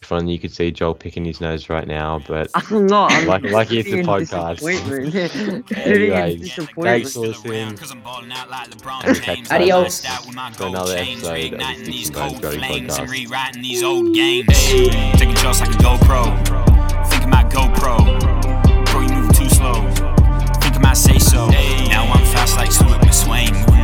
S3: If only you could see Joel picking his nose right now. But
S1: I'm not. I'm
S3: Like- like it's a
S1: living in
S3: podcast.
S1: disappointment. Living in
S3: Anyways,
S1: disappointment.
S3: for listening.
S4: Cause I'm balling out like LeBron James.
S2: Adios.
S4: Start with my
S3: For
S4: gold
S3: another
S4: chains,
S3: episode of the
S4: reigniting
S3: Sticks
S4: these
S3: and Bones
S4: cold
S3: Growing
S4: flames and
S3: Podcast.
S4: rewriting these old games. Taking shots like a GoPro. Thinking my GoPro. Bro, you move too slow. Thinking my say so. Now I'm fast like Swift McSwain. Moving